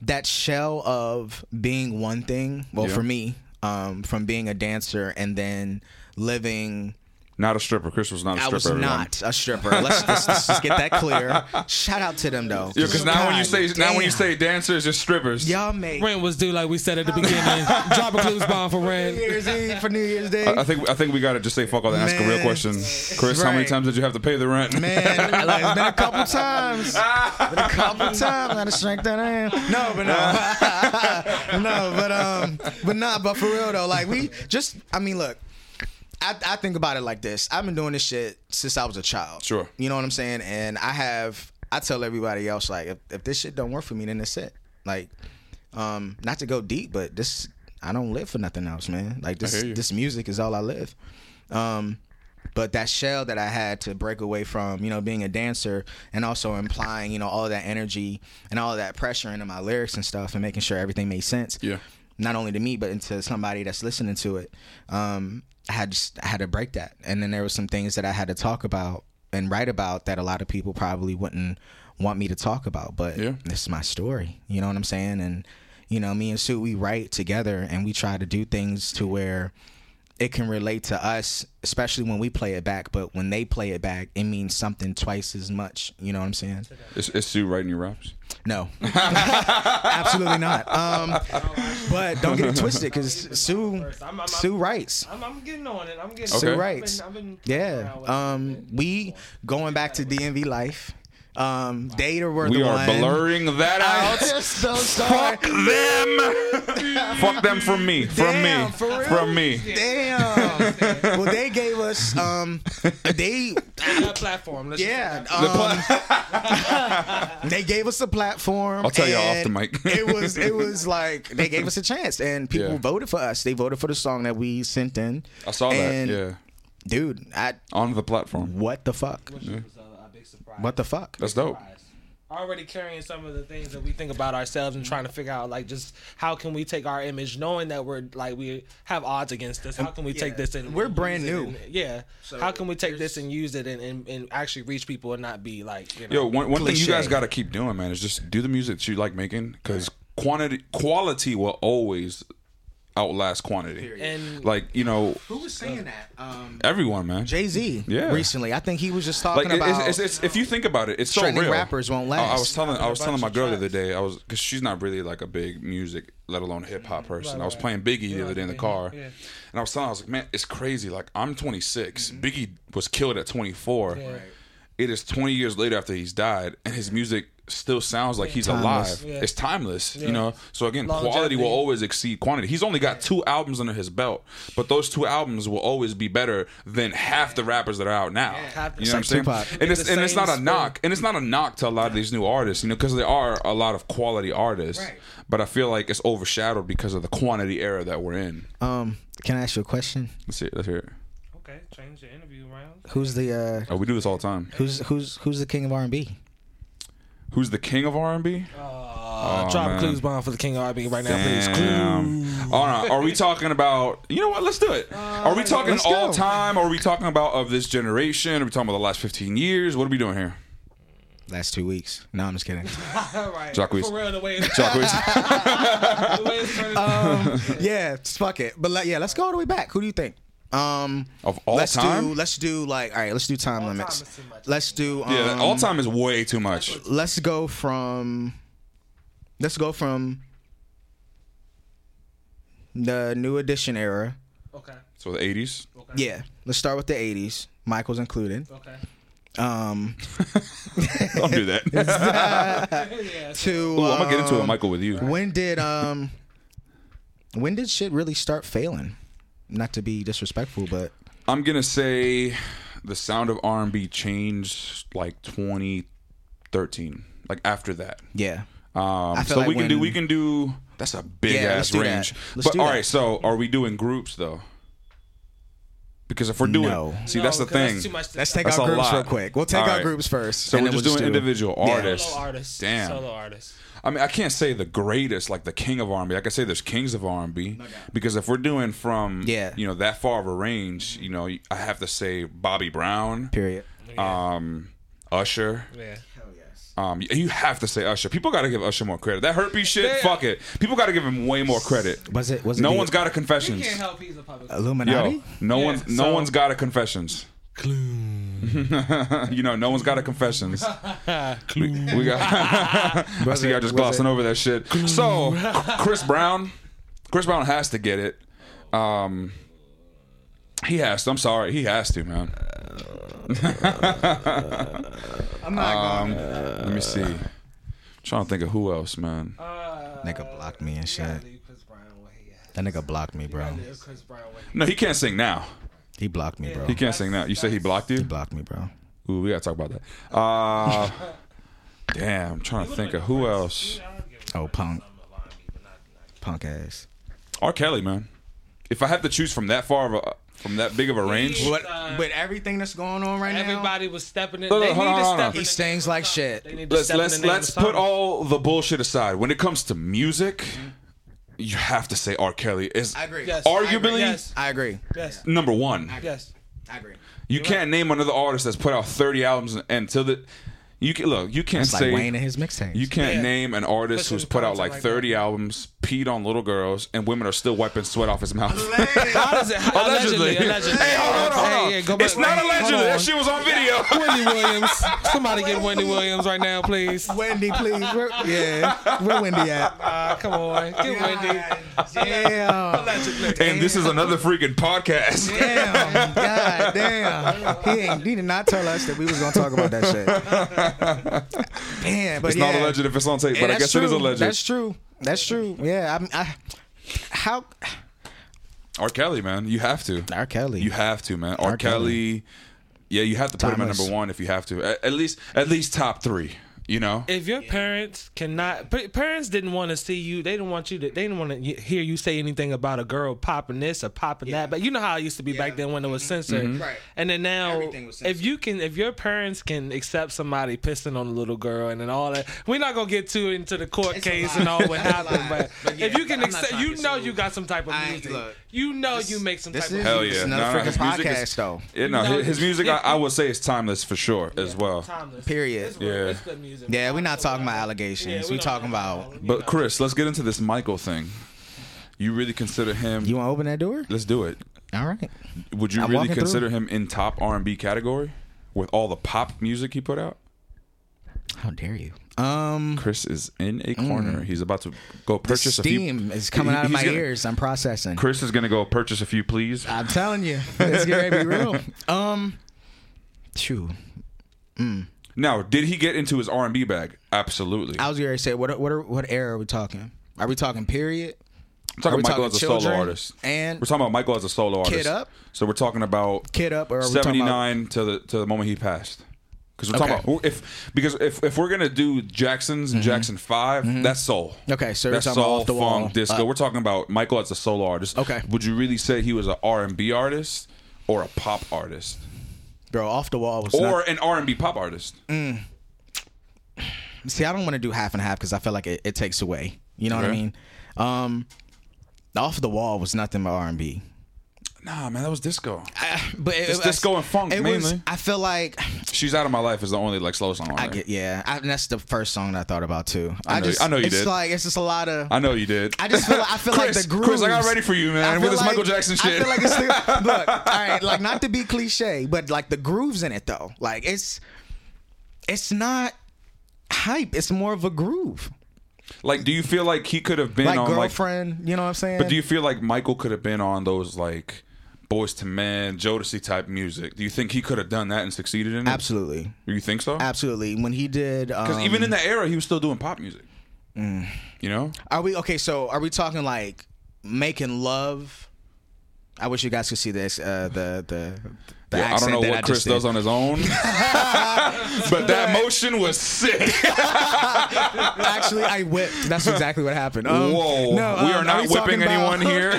that shell of being one thing well Yeah. for me um from being a dancer and then living not a stripper chris was not a I stripper was everyone. not a stripper. Let's, let's, let's just get that clear. Shout out to them though. yeah because now when you God say now when you damn. say dancers just strippers y'all make Rent was due, like we said at the beginning. Drop a clues bomb for New rent. Year's Eve for New Year's Day. I I think I think we gotta just say fuck all that. and Ask a real Man. question, Chris. How many Right. times did you have to pay the rent? Man, like, it's been a couple times. Been a couple times. I gotta shrink that in. No, but no, no, but um, but not. Nah, but for real though, like we just. I mean, look. I, I think about it like this. I've been doing this shit since I was a child. Sure. You know what I'm saying? And I have I tell everybody else like if, if this shit don't work for me, then that's it. Like, um, not to go deep, but this I don't live for nothing else, man. Like this hear you. this music is all I live. Um but that shell that I had to break away from, you know, being a dancer and also implying, you know, all that energy and all that pressure into my lyrics and stuff and making sure everything made sense Yeah. not only to me but into somebody that's listening to it um i had just I had to break that and then there were some things that i had to talk about and write about that a lot of people probably wouldn't want me to talk about but Yeah. this is my story you know what i'm saying and you know me and sue we write together and we try to do things to where it can relate to us especially when we play it back but when they play it back it means something twice as much you know what i'm saying Is, is Sue writing your raps? no, absolutely not. Um, but don't get it twisted, because Sue I'm- I'm- Sue writes. I'm, I'm getting on it. I'm getting Sue on it. writes. I've been, I've been Yeah. Um, we going back to DMV life. Um, Data were We the are one. blurring that I out. just so sorry. Fuck them. Fuck them from me. From Damn, me. for real? From me. Damn. well, they gave us. Um, they that platform. Let's um, yeah. Just, Um, they gave us a platform. I'll tell you off and the mic. it was it was like they gave us a chance, and people Yeah. voted for us. They voted for the song that we sent in. I saw that. And, Yeah. dude, I On the platform. what the fuck? which was a, a big surprise. What the fuck? That's dope. already carrying some of the things that we think about ourselves and trying to figure out like just how can we take our image knowing that we're like we have odds against us how can we take Yeah. this and We're use brand it new. and- yeah how can we take this and use it and, and, and actually reach people and not be like you know Yo, one, one thing you Cliche. guys got to keep doing, man, is just do the music that you like making because quantity, quality will always outlast quantity. and Like, you know, Who was saying that? Um, everyone, man. Jay Z. Yeah. Recently, I think he was just talking like it- about. it's, it's, it's, if you think about it, it's so Trending real. Oh, rappers won't I- I, was last. telling I was telling my of girl the tracks. other day. I was because she's not really like a big music, let alone hip hop Mm-hmm. person. I was playing Biggie the other day in the car, yeah. and I was telling her, I was like, man, it's crazy. Like I'm 26. Mm-hmm. Biggie was killed at 24. It is 20 years later after he's died, and his music still sounds like he's Timeless. alive. Yeah. It's timeless, you know. So again, quality Longevity. will always exceed quantity. He's only got two albums under his belt, but those two albums will always be better than half the rappers that are out now. Half the- You know It's what like I'm saying? Tupac. And it's the and it's same not a spirit. knock, and it's not a knock to a lot of these new artists, you know, because there are a lot of quality artists. Right. But I feel like it's overshadowed because of the quantity era that we're in. um, can I ask you a question? Let's hear, let's hear it. okay change the interview round Who's the uh, Oh, we do this all the time. who's who's who's the king of R and B? Who's the king of R and B? uh, drop man. clues bomb for the king of R&B right now please clues Damn. All right. Are we talking about? You know what? Let's do it. Are we talking Uh, let's all go. time? Are we talking about of this generation? Are we talking about the last fifteen years? What are we doing here? Last two weeks. No, I'm just kidding. all right Jacquees. for real the way it's, Jacquees. the way it's turning um, yeah, fuck it. But like, yeah, let's go all the way back. Who do you think? Um, Of all let's do time? let's do like all right, let's do time limits. is too much. Let's do um, yeah, that- all time is way too much. Let's go from let's go from the new edition era. okay So the eighties. okay Yeah, let's start with the '80s. Michael's included. okay Um, Don't do that. yeah to Ooh, I'm gonna get into it, um, Michael, with you. When did um, when did shit really start failing? Not to be disrespectful, but I'm gonna say the sound of R&B changed like 2013. Like after that, yeah, um, feel so like we can do when- we can do. That's a big Yeah, let's ass do that. range. Let's But do all that. right, so are we doing groups though? Because if we're doing, No. see, that's the No, 'cause thing. too much to let's say. take That's our a groups lot. real quick. We'll take All our right. groups first. So and we're then just we'll doing do- individual Yeah. artists. solo artists Damn. solo artists I mean, I can't say the greatest, like the king of R&B. I can say there's kings of R&B because if we're doing from, Yeah. you know, that far of a range, you know, I have to say Bobby Brown, Period. um, Usher. yeah Um, you have to say Usher. People got to give Usher more credit. That herpes shit, Yeah. fuck it. People got to give him way more credit. Was it? Was it? No the one's got a confessions. can't help he's a public Illuminati. Yo, no Yeah, one's no so- one's got a confessions. you know, no one's got a confessions. we, we got. I see y'all just glossing over that shit. So, Chris Brown, Chris Brown has to get it. Um, he has to. I'm sorry, he has to, man. I'm not going. Um, Let me see. trying to think of who else, man. Nigga blocked me and shit. Chris Brown where he at. That nigga blocked me, bro. Chris Brown where he No, he can't sing now. He blocked me, bro. He can't sing now. You say he blocked you? He blocked me, bro. Ooh, we gotta talk about that. Uh, damn, I'm trying to think of who else. Oh, punk. Punk ass. R. Kelly, man. If I have to choose from that far of a, from that big of a range, What- But with everything that's going on right now, Everybody was stepping in. Hold on, They hold on, need to hold on. step He in. stings like shit. They need to let's step in let's the name let's of put something. all the bullshit aside. When it comes to music, you have to say R. Kelly is I agree. Mm-hmm. Yes. arguably Yes. I agree. Yes. number one. Yes. I agree. You can't name another artist that's put out 30 albums until the. You can look. You can't It's like say Wayne and his mixtapes. You can't Yeah. name an artist Especially who's with put out content like like 30 albums, peed on little girls, and women are still wiping sweat off his mouth. How does it? How, allegedly. Allegedly. Hey, hold on, hold on. Hey, yeah, go it's back- not hold allegedly. That on. shit was on video. Wendy Williams. Somebody get Wendy Williams right now, please. Wendy, please. Where, yeah, where Wendy at? Uh, come on, get Wendy. Damn. and this is another freaking podcast. Damn. God damn. He, ain't, he did not tell us that we was gonna talk about that shit. Damn, but It's yeah. not alleged if it's on tape, Yeah, but I that's guess it is true. alleged. That's true. That's true. Yeah. I'm, I. How? R. Kelly, man, you have to. R. Kelly. You have to, man. R. R. Kelly. Kelly. Yeah, you have to put him at Timeless. number one if you have to. At, at least, at least top three. You know. If your parents cannot, pa- parents didn't want to see you. They didn't want you to. They didn't want to hear you say anything about a girl popping this or popping that. But you know how it used to be back then when it was censored. Right. And then now, Mm-hmm. Everything was if you can, if your parents can accept somebody pissing on a little girl and then all that, we're not gonna get too into the court a case lie. and all what It's a happened. lie. But, But yeah, if you can I'm not accept, trying to you get know sued. you got some type of I ain't- music. look, you know you make some type This of is, music. Hell this is yeah. another Nah, nah, freaking his music podcast, is- though. Yeah, no, No, his, his it's- music I, I would say is timeless for sure as well. Timeless. Period. It's real- Yeah. it's good music. Yeah, we're not So, talking about uh, yeah, allegations. we we don't talking have about. to- But Chris, let's get into this Michael thing. You really consider him? You want to open that door? let's do it. All right. Would you I'm really walking consider him in top R and B category with all the pop music he put out? How dare you? Um, Chris is in a corner. He's about to go the purchase a few. Mm. steam is coming he- out of he's my gonna- ears. I'm processing. Chris is gonna go purchase a few, please. I'm telling you, it's gonna be real. Um, phew. Now, did he get into his R and B bag? Absolutely. I was gonna say, what what are, what era are we talking? Are we talking period? I'm are talking we about Michael talking as a children solo artist. and- we're talking about Michael as a solo artist. Up? So we're talking about Kid up or are we talking seventy about? nine to the to the moment he passed. Because we're Okay. Mm-hmm. talking about if because if, if we're gonna do Jackson's and Jackson 5 that's soul. Okay, so we're that's talking about soul, off the funk, wall, disco. up. We're talking about Michael as a solo artist. Okay. would you really say he was an R and B artist or a pop artist Bro, off the wall was. or not- Mm. an R and B pop artist? see, I don't want to do half and half because I feel like it, it takes away. You know what I Okay. mean? Um, off the wall was nothing but R and B. Nah, man, that was disco. Ah, But it, It's it- disco and funk, it Was, mainly. I feel like She's out of my life is the only like slow song. On I there. get yeah. I, and that's the first song that I thought about too. I, know- just I know you it's did. like it's just a lot of. I know you did. I just feel like, I feel Chris, like the grooves. Chris, I got ready for you, man. I With feel this like- Michael Jackson shit. I feel like it's still, look, all right, like not to be cliche, but like the grooves in it though, like it's it's not hype. It's more of a groove, Like, do you feel like he could have been like on like girlfriend. you know what I'm saying? But do you feel like Michael could have been on those like Boys to Men, Jodeci type music? Do you think he could have done that and succeeded in it? absolutely, You think so? absolutely. When he did, Because um, even in that era, he was still doing pop music. Mm. You know, Are we okay? So are we talking like making love? I wish you guys could see this. Uh, the the, the Yeah, I don't accent know that what I just Chris did. does on his own, but that motion was sick. Actually, I whipped. That's exactly what happened. Um, Whoa, no, we um, are not we talking whipping about- anyone here.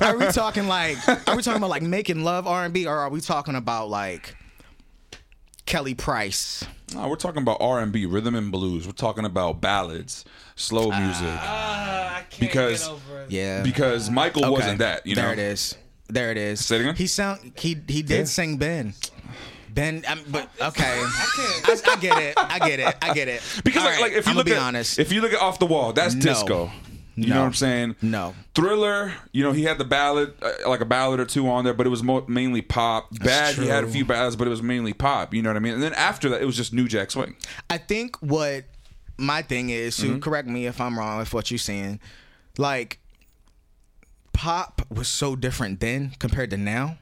Are we talking like? Are we talking about like making love R and B, or are we talking about like Kelly Price? no, we're talking about R and B, rhythm and blues. We're talking about ballads, slow music, Ah, I can't Because- get over it. Yeah, because Michael wasn't that. You know, there it is. There it is. Say it again? He sound he he did Yeah. sing Ben. Ben, I'm, but okay, I, I get it. I get it. I get it. Because All like, right, like if you I'ma look be at honest, if you look at off the wall, that's No. disco. You know No. what I'm saying? No. Thriller, you know, he had the ballad, uh, like a ballad or two on there, but it was mo- mainly pop. Bad, he had a true. few ballads, but it was mainly pop. You know what I mean? And then after that, it was just New Jack Swing. I think what my thing is Mm-hmm. to correct me if I'm wrong with what you're saying. Like, pop was so different then compared to now.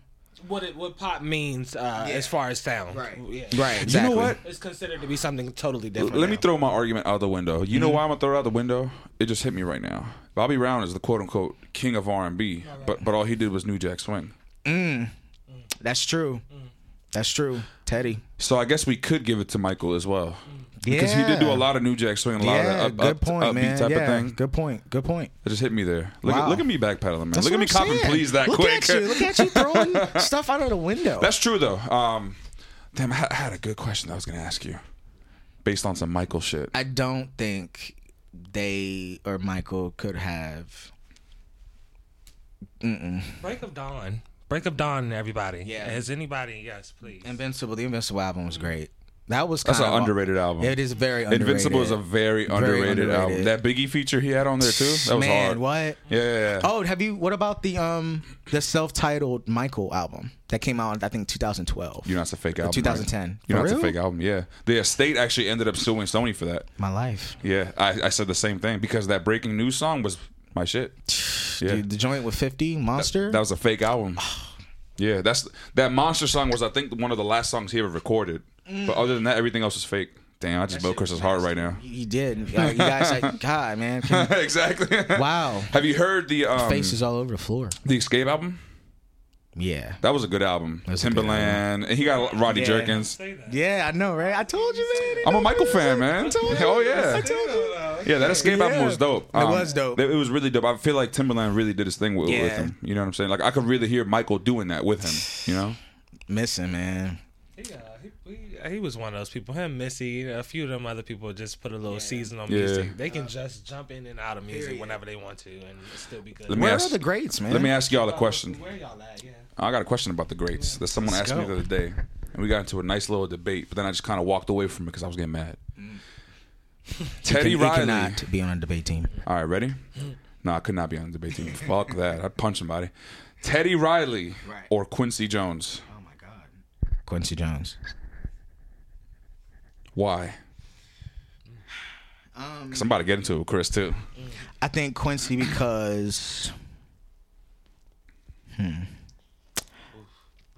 what it, what pop means uh, as far as sound. Right. Yeah. Right. You know what? It's considered to be something totally different. Let me now. throw my argument out the window. You know Mm-hmm. why I'm gonna throw it out the window? It just hit me right now. Bobby Brown is the quote unquote king of R and B, but but all he did was New Jack Swing. That's true. Mm. That's true. Teddy. So I guess we could give it to Michael as well. Because he did do a lot of New Jack Swing, a lot Yeah, of the good up, up, point, upbeat man. type yeah, of thing. good point. Good point. It just hit me there. Look, at Wow. look at me backpedaling, man. That's look at what me I'm cop and saying. please that look quick. At you. Look at you throwing stuff out of the window. That's true though. Um, damn, I I had a good question that I was gonna ask you, based on some Michael shit. I don't think they or Michael could have. Break of Dawn. Break of Dawn, everybody. Yeah. Is anybody? Yes, please. Invincible. The Invincible album was great. That was That's kind an of underrated album. It is very underrated. Invincible is a very underrated, album. underrated. That Biggie feature he had on there too. That was man. hard. What? Yeah, yeah, yeah. Oh, have you? What about the um the self-titled Michael album that came out? I think 2012. You know it's a fake album. 2010. Right? You know For it's a real? fake album. Yeah, the estate actually ended up suing Sony for that. My life. Yeah, I, I said the same thing because that breaking news song was my shit. Yeah, Dude, the joint with 50 Monster. that was a fake album. Oh. Yeah, that's that monster song was I think one of the last songs he ever recorded. Mm. But other than that, everything else is fake. Damn, I just broke Chris's heart right now. you did. Like, you guys like God, man. Can, exactly. wow. Have you heard the um, Faces all over the floor. the Escape album? Yeah. That was a good album. was a good Timberland, and he got Roddy Yeah. Jerkins. Say that. Yeah, I know, right? I told you, man. I'm a Michael fan, man. Oh yeah, yeah. That Escape album Yeah. was dope. Um, It was dope. It was really dope. I feel like Timberland really did his thing with, with Yeah. him. You know what I'm saying? Like I could really hear Michael doing that with him. You know? Missing, man. He, uh, he, he, he was one of those people. Him, Missy, a few of them other people just put a little season on Yeah. music. They can just jump in and out of music whenever they want to and it still be good. Let me Where ask- are the greats, man? Let me ask y'all a question. Where y'all at? Yeah. I got a question about the greats that someone asked me the go. other day, and we got into a nice little debate. But then I just kind of walked away from it because I was getting mad. Teddy He Riley. cannot be on a debate team. All right, ready? No, I could not be on the debate team. Fuck that. I'd punch somebody. Teddy Riley Right. or Quincy Jones? Oh my God. Quincy Jones. Why? Um, 'Cause I'm about to get into it with Chris too. I think Quincy because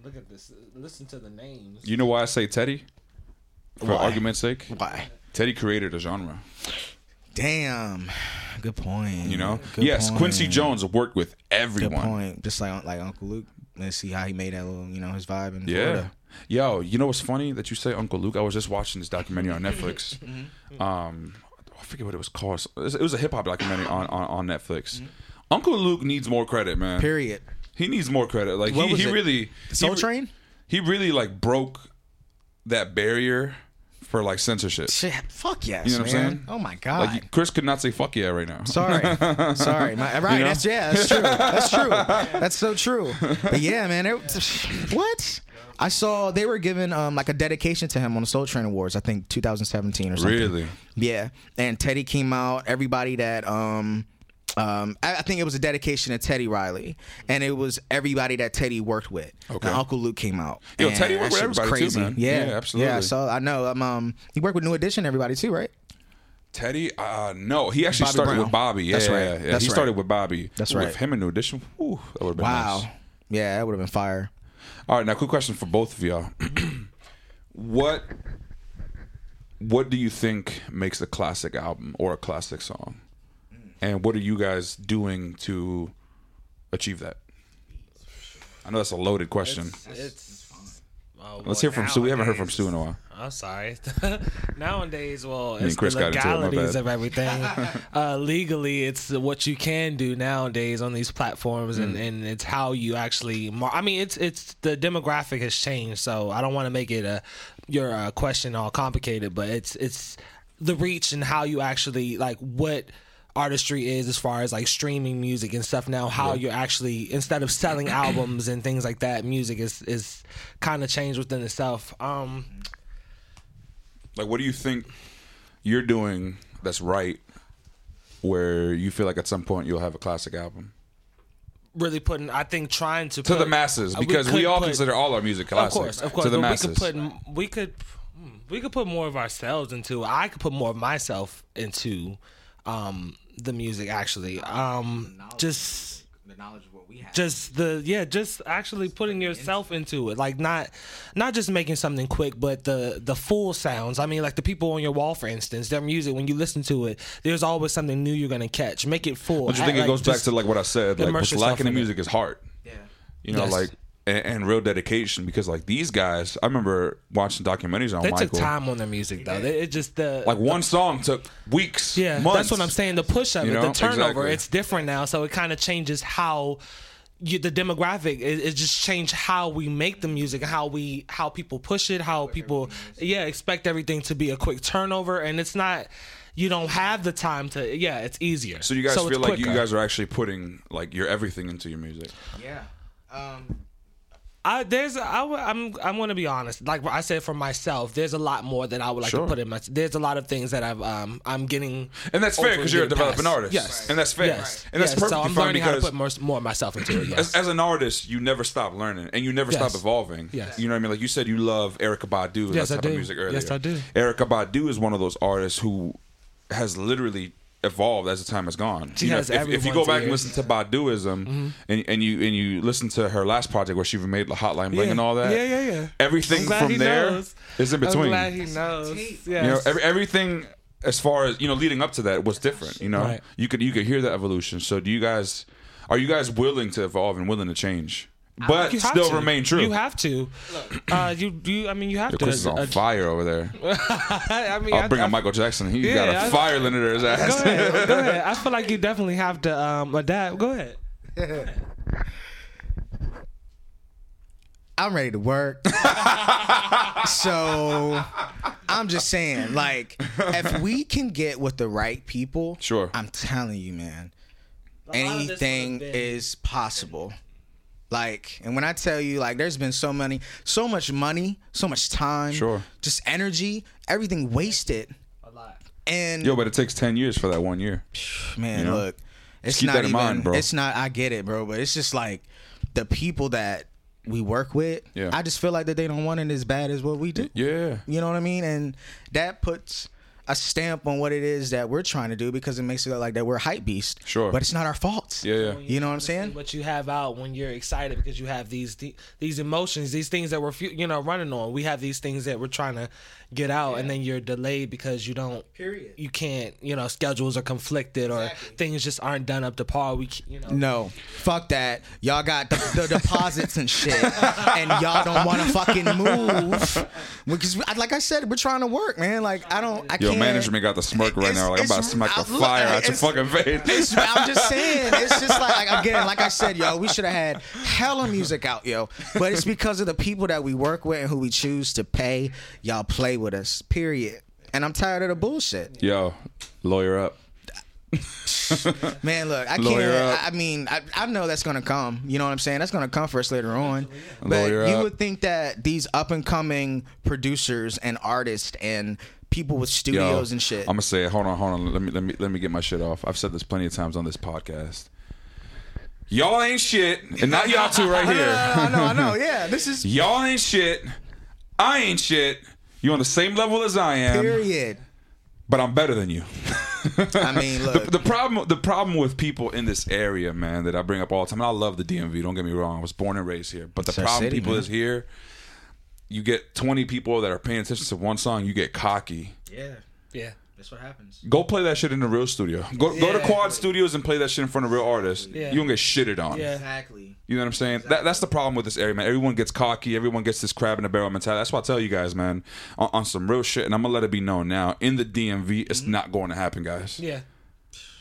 Look at this. Listen to the names. You know why I say Teddy? For Why? argument's sake, why? Teddy created a genre. Damn. Good point. You know? Good yes, point. Quincy Jones worked with Good everyone. point. Just like like Uncle Luke. Let's see how he made that little, you know, his vibe in Yeah. Florida. Yo, you know what's funny that you say Uncle Luke? I was just watching this documentary on Netflix. um, I forget what it was called. It was- It was a hip hop documentary on, on, on Netflix. Uncle Luke needs more credit, man. Period. He needs more credit. Like What he, was he it? really Soul he, re- Train? He really like broke that barrier for like censorship. Shit, fuck yes, You know what I'm man. saying? Oh my God. Like Chris could not say fuck yeah right now. Sorry, sorry. My, right? know? That's yeah. That's true. That's true. That's so true. But yeah, man. it- what? I saw they were giving um like a dedication to him on the Soul Train Awards. I think 2017 or something. Really? Yeah. And Teddy came out. Everybody that um. Um, I, I think it was a dedication to Teddy Riley, and it was everybody that Teddy worked with. Okay. And Uncle Luke came out. Yo, and Teddy worked that with shit was everybody too, crazy. man. Yeah, Yeah, absolutely. Yeah, so I know. Um, um, he worked with New Edition, everybody too, right? Teddy, uh, no, he actually Bobby started Brown. with Bobby. Yeah, That's right. yeah, yeah. That's he right. started with Bobby. That's With right. him in the audition, whew, that would have been Wow. nice. Yeah, that would have been fire. All right, now quick question for both of y'all. what what do you think makes a classic album or a classic song? And what are you guys doing to achieve that? I know that's a loaded question. It's. oh, Let's well, hear from Sue. We haven't heard from nowadays- Sue in a while. Oh, I'm sorry. Nowadays, well, and it's Chris the got into it, my legalities bad. of everything. uh, legally, it's what you can do nowadays on these platforms, and, Mm. and it's how you actually. Mar- I mean, it's it's the demographic has changed, so I don't want to make it a your uh, question all complicated, but it's it's the reach and how you actually like what artistry is as far as like streaming music and stuff now how you're actually instead of selling albums and things like that music is is kind of changed within itself um Like, what do you think you're doing that's right where you feel like at some point you'll have a classic album? really putting. I think trying to To put, the masses, uh, we because we, could all put- consider all our music of classics. course, of course, To the but masses. we could put m- we could hmm, we could put more of ourselves into. I could put more of myself into um the music actually. Um, just The knowledge of what we have. just the yeah just actually putting yourself into it like not not just making something quick but the the full sounds i mean like the people on your wall for instance their music when you listen to it there's always something new you're gonna catch make it full Don't you think Act it goes like- back just- to like what I said? Like immerse what's yourself lacking in in it. music is heart. Yeah. You know, Yes. like and, and real dedication because like these guys, I remember watching documentaries on They Michael. took time on their music though. They, it just the Like one song took weeks. Yeah, months. that's what I'm saying. The push up, You it, know? the turnover, Exactly. it's different now. So it kind of changes how you, the demographic. It, it just changed how we make the music, how we how people push it, how people yeah expect everything to be a quick turnover, and it's not. You don't have the time to. Yeah, it's easier. So you guys it's feel like you quicker. guys are actually putting like your everything into your music. Yeah. Um, I there's I w- I'm I'm gonna be honest. Like I said for myself, there's a lot more that I would like Sure. to put in my. There's a lot of things that I've um I'm getting. And that's fair over because you're a getting past. developing artist. Yes. And that's fair. Yes. And that's yes. perfectly So I'm fine learning how to because put more, more of myself into it. Yes. as, as an artist, you never stop learning and you never Yes. stop evolving. Yes. You know what I mean? Like you said, you love Erica Badu and Yes, that I type of do. music earlier. Yes, I do. Erica Badu is one of those artists who has literally evolved as the time has gone. She you know, has if, if you go everyone's back and ears. Mm-hmm. listen to Baduism and, and you and you listen to her last project where she made the Hotline Bling Yeah. and all that. Yeah, yeah, yeah. Everything I'm glad from he there is knows. in between. I'm glad he knows. Yes. You know, every, everything as far as you know, leading up to that was different. You know, Right. you could you could hear that evolution. So, do you guys are you guys willing to evolve and willing to change, but You have still to. remain true? You have to. Uh, you you. I mean, you have to. Chris is on Uh, fire over there. I mean, I- I'll bring I- up Michael Jackson. He Yeah, got a I- fire lint under his ass. Go ahead. Go ahead. I feel like you definitely have to um, adapt. Go ahead. I'm ready to work. so I'm just saying, like, if we can get with the right people, Sure. I'm telling you, man, lot of this anything would've been- is possible. Like, and when I tell you, like, there's been so many, so much money, so much time, Sure. just energy, everything wasted, A lot. and Yo, but it takes ten years for that one year. man, You know? look, it's keep not that in even, mind, bro. It's not. I get it, bro, but it's just like the people that we work with. Yeah. I just feel like that they don't want it as bad as what we do. Yeah, You know what I mean? And that puts a stamp on what it is that we're trying to do because it makes it look like that we're hype beast. Sure. But it's not our fault. yeah, yeah. You know what I'm saying? What you have out when you're excited because you have these the- these emotions, these things that we're fu- you know running on. We have these things that we're trying to get out, and then you're delayed because you don't. Period. You can't. You know, schedules are conflicted or things just aren't done up to par. We c- you know. No, fuck that. Y'all got the, the deposits and shit, and y'all don't want to fucking move because, we- like I said, we're trying to work, man. Like I don't, I Yo, can't. management got the smirk right It's- now. Like I'm about to it's- smack the I- look, fire out your it's- fucking face. It's- I'm just saying, it's just like, like again, like I said, yo, we should have had hella music out, yo. But it's because of the people that we work with and who we choose to pay. Y'all play with us, period. And I'm tired of the bullshit, Yo, lawyer up. man. Look, I can't. Lawyer up. I, I mean, I, I know that's gonna come. You know what I'm saying? That's gonna come for us later on. But Lawyer you up. would think that these up and coming producers and artists and people with studios and shit. I'm gonna say, it. hold on, hold on. Let me let me let me get my shit off. I've said this plenty of times on this podcast. Y'all ain't shit, and not y'all two right No, no, no, here. no, I know, I know. Yeah, this is Y'all ain't shit. I ain't shit. You're on the same level as I am, period. but I'm better than you. I mean, The, look. the problem, the problem with people in this area, man, that I bring up all the time. And I love the DMV. Don't get me wrong. I was born and raised here, but the It's our problem city, people man. is here. You get 20 people that are paying attention to one song. You get cocky. Yeah, Yeah. that's what happens. Go play that shit in a real studio. Go go to Quad Studios and play that shit in front of real artists. Yeah. You don't get shitted on. Yeah. Exactly. You know what I'm saying? That, that's the problem with this area, man. Everyone gets cocky. Everyone gets this crab in a barrel mentality. That's why I tell you guys, man, on, on some real shit. And I'm gonna let it be known now. In the DMV, it's not going to happen, guys. Mm-hmm. Yeah.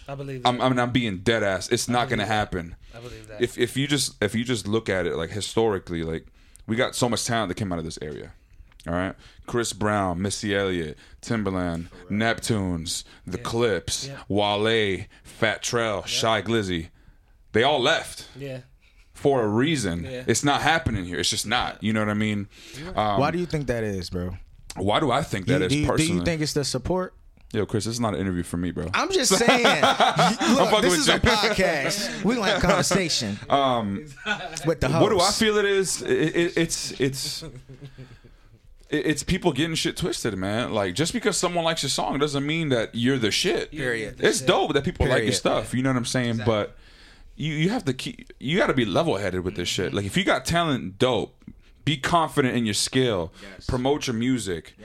I believe. That. I'm, I mean, I'm being dead ass. It's not going to happen. I believe that. If if you just if you just look at it like historically, like we got so much talent that came out of this area. All right, Chris Brown, Missy Elliott, Timberland, Neptunes, The Clips, Yeah. Wale, Fat Trail, Shy Glizzy. They all left yeah. for a reason. Yeah. It's not happening here. It's just not. You know what I mean? Um, Why do you think that is, bro? why do I think that do, is do you, do you personally? think it's the support? Yo, Chris, this is not an interview for me, bro. I'm just saying. You- fucking look, this with is you. Uh, a podcast. We gonna have a conversation. Um, with the host. What do I feel it is? It, it, it's it's it- it's people getting shit twisted, man. Like just because someone likes your song doesn't mean that you're the shit. Period. It's dope that people like your Period. stuff. You know what I'm saying? But you you have to keep you got to be level headed with this shit. Like if you got talent, dope. Be confident in your skill. Yes. Promote your music.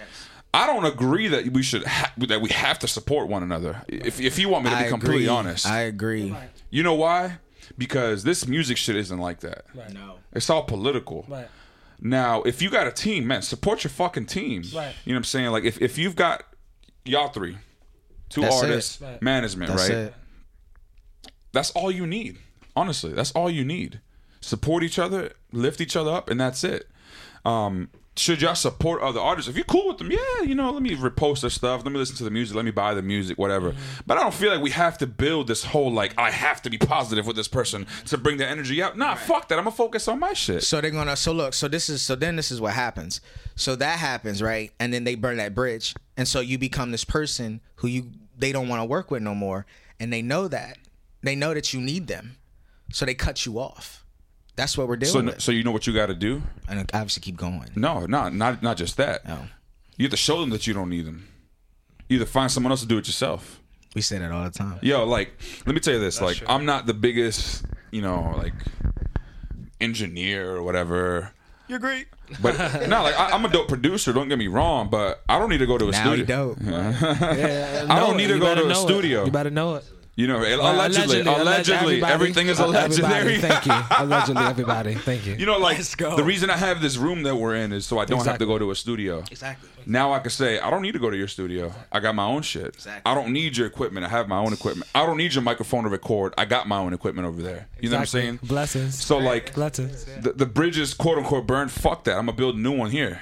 I don't agree that we should ha- that we have to support one another. If, if you want me to be I completely agree. honest, I agree. you know why? because this music shit isn't like that. Right. No. It's all political. Right. Now, if you got a team, man, support your fucking team. Right. You know what I'm saying? Like if, if you've got y'all three, two That's it. artists, Right. management, That's right? it. That's all you need. Honestly, that's all you need. Support each other, lift each other up, and that's it. Um, should y'all support other artists? If you're cool with them, yeah, you know, let me repost their stuff, let me listen to the music, let me buy the music, whatever. But I don't feel like we have to build this whole like I have to be positive with this person to bring the energy out. Nah, fuck that. I'm gonna focus on my shit. So they're gonna. So look. So this is. So then this is what happens. So that happens, right? And then they burn that bridge, and so you become this person who you they don't want to work with no more, and they know that. They know that you need them, so they cut you off. That's what we're dealing So, with. so you know what you got to do? and obviously, keep going. No, no, not not just that. No, You have to show them that you don't need them. You either find someone else to do it yourself. we say that all the time. Yo, like, let me tell you this. like, I'm not the biggest, you know, like, engineer or whatever. You're great. But no, like, I, I'm a dope producer. Don't get me wrong, but I don't need to go to a Now you studio. dope. Yeah, I don't know need it. to You go better to a know it. studio. You better know it. You know, allegedly, allegedly, everybody- everything is everybody, allegedary. Thank you. Allegedly, everybody. Thank you. You know, like Let's go. the reason I have this room that we're in is so I don't have to Exactly. go to a studio. Exactly. Now I can say I don't need to go to your studio. I got my own shit. Exactly. I don't need your equipment. I have my own equipment. I don't need your microphone to record. I got my own equipment over there. You know what I'm Exactly. saying? Blessings. So like Blessings. the, the bridges, quote unquote, burned. Fuck that. I'm gonna build a new one here.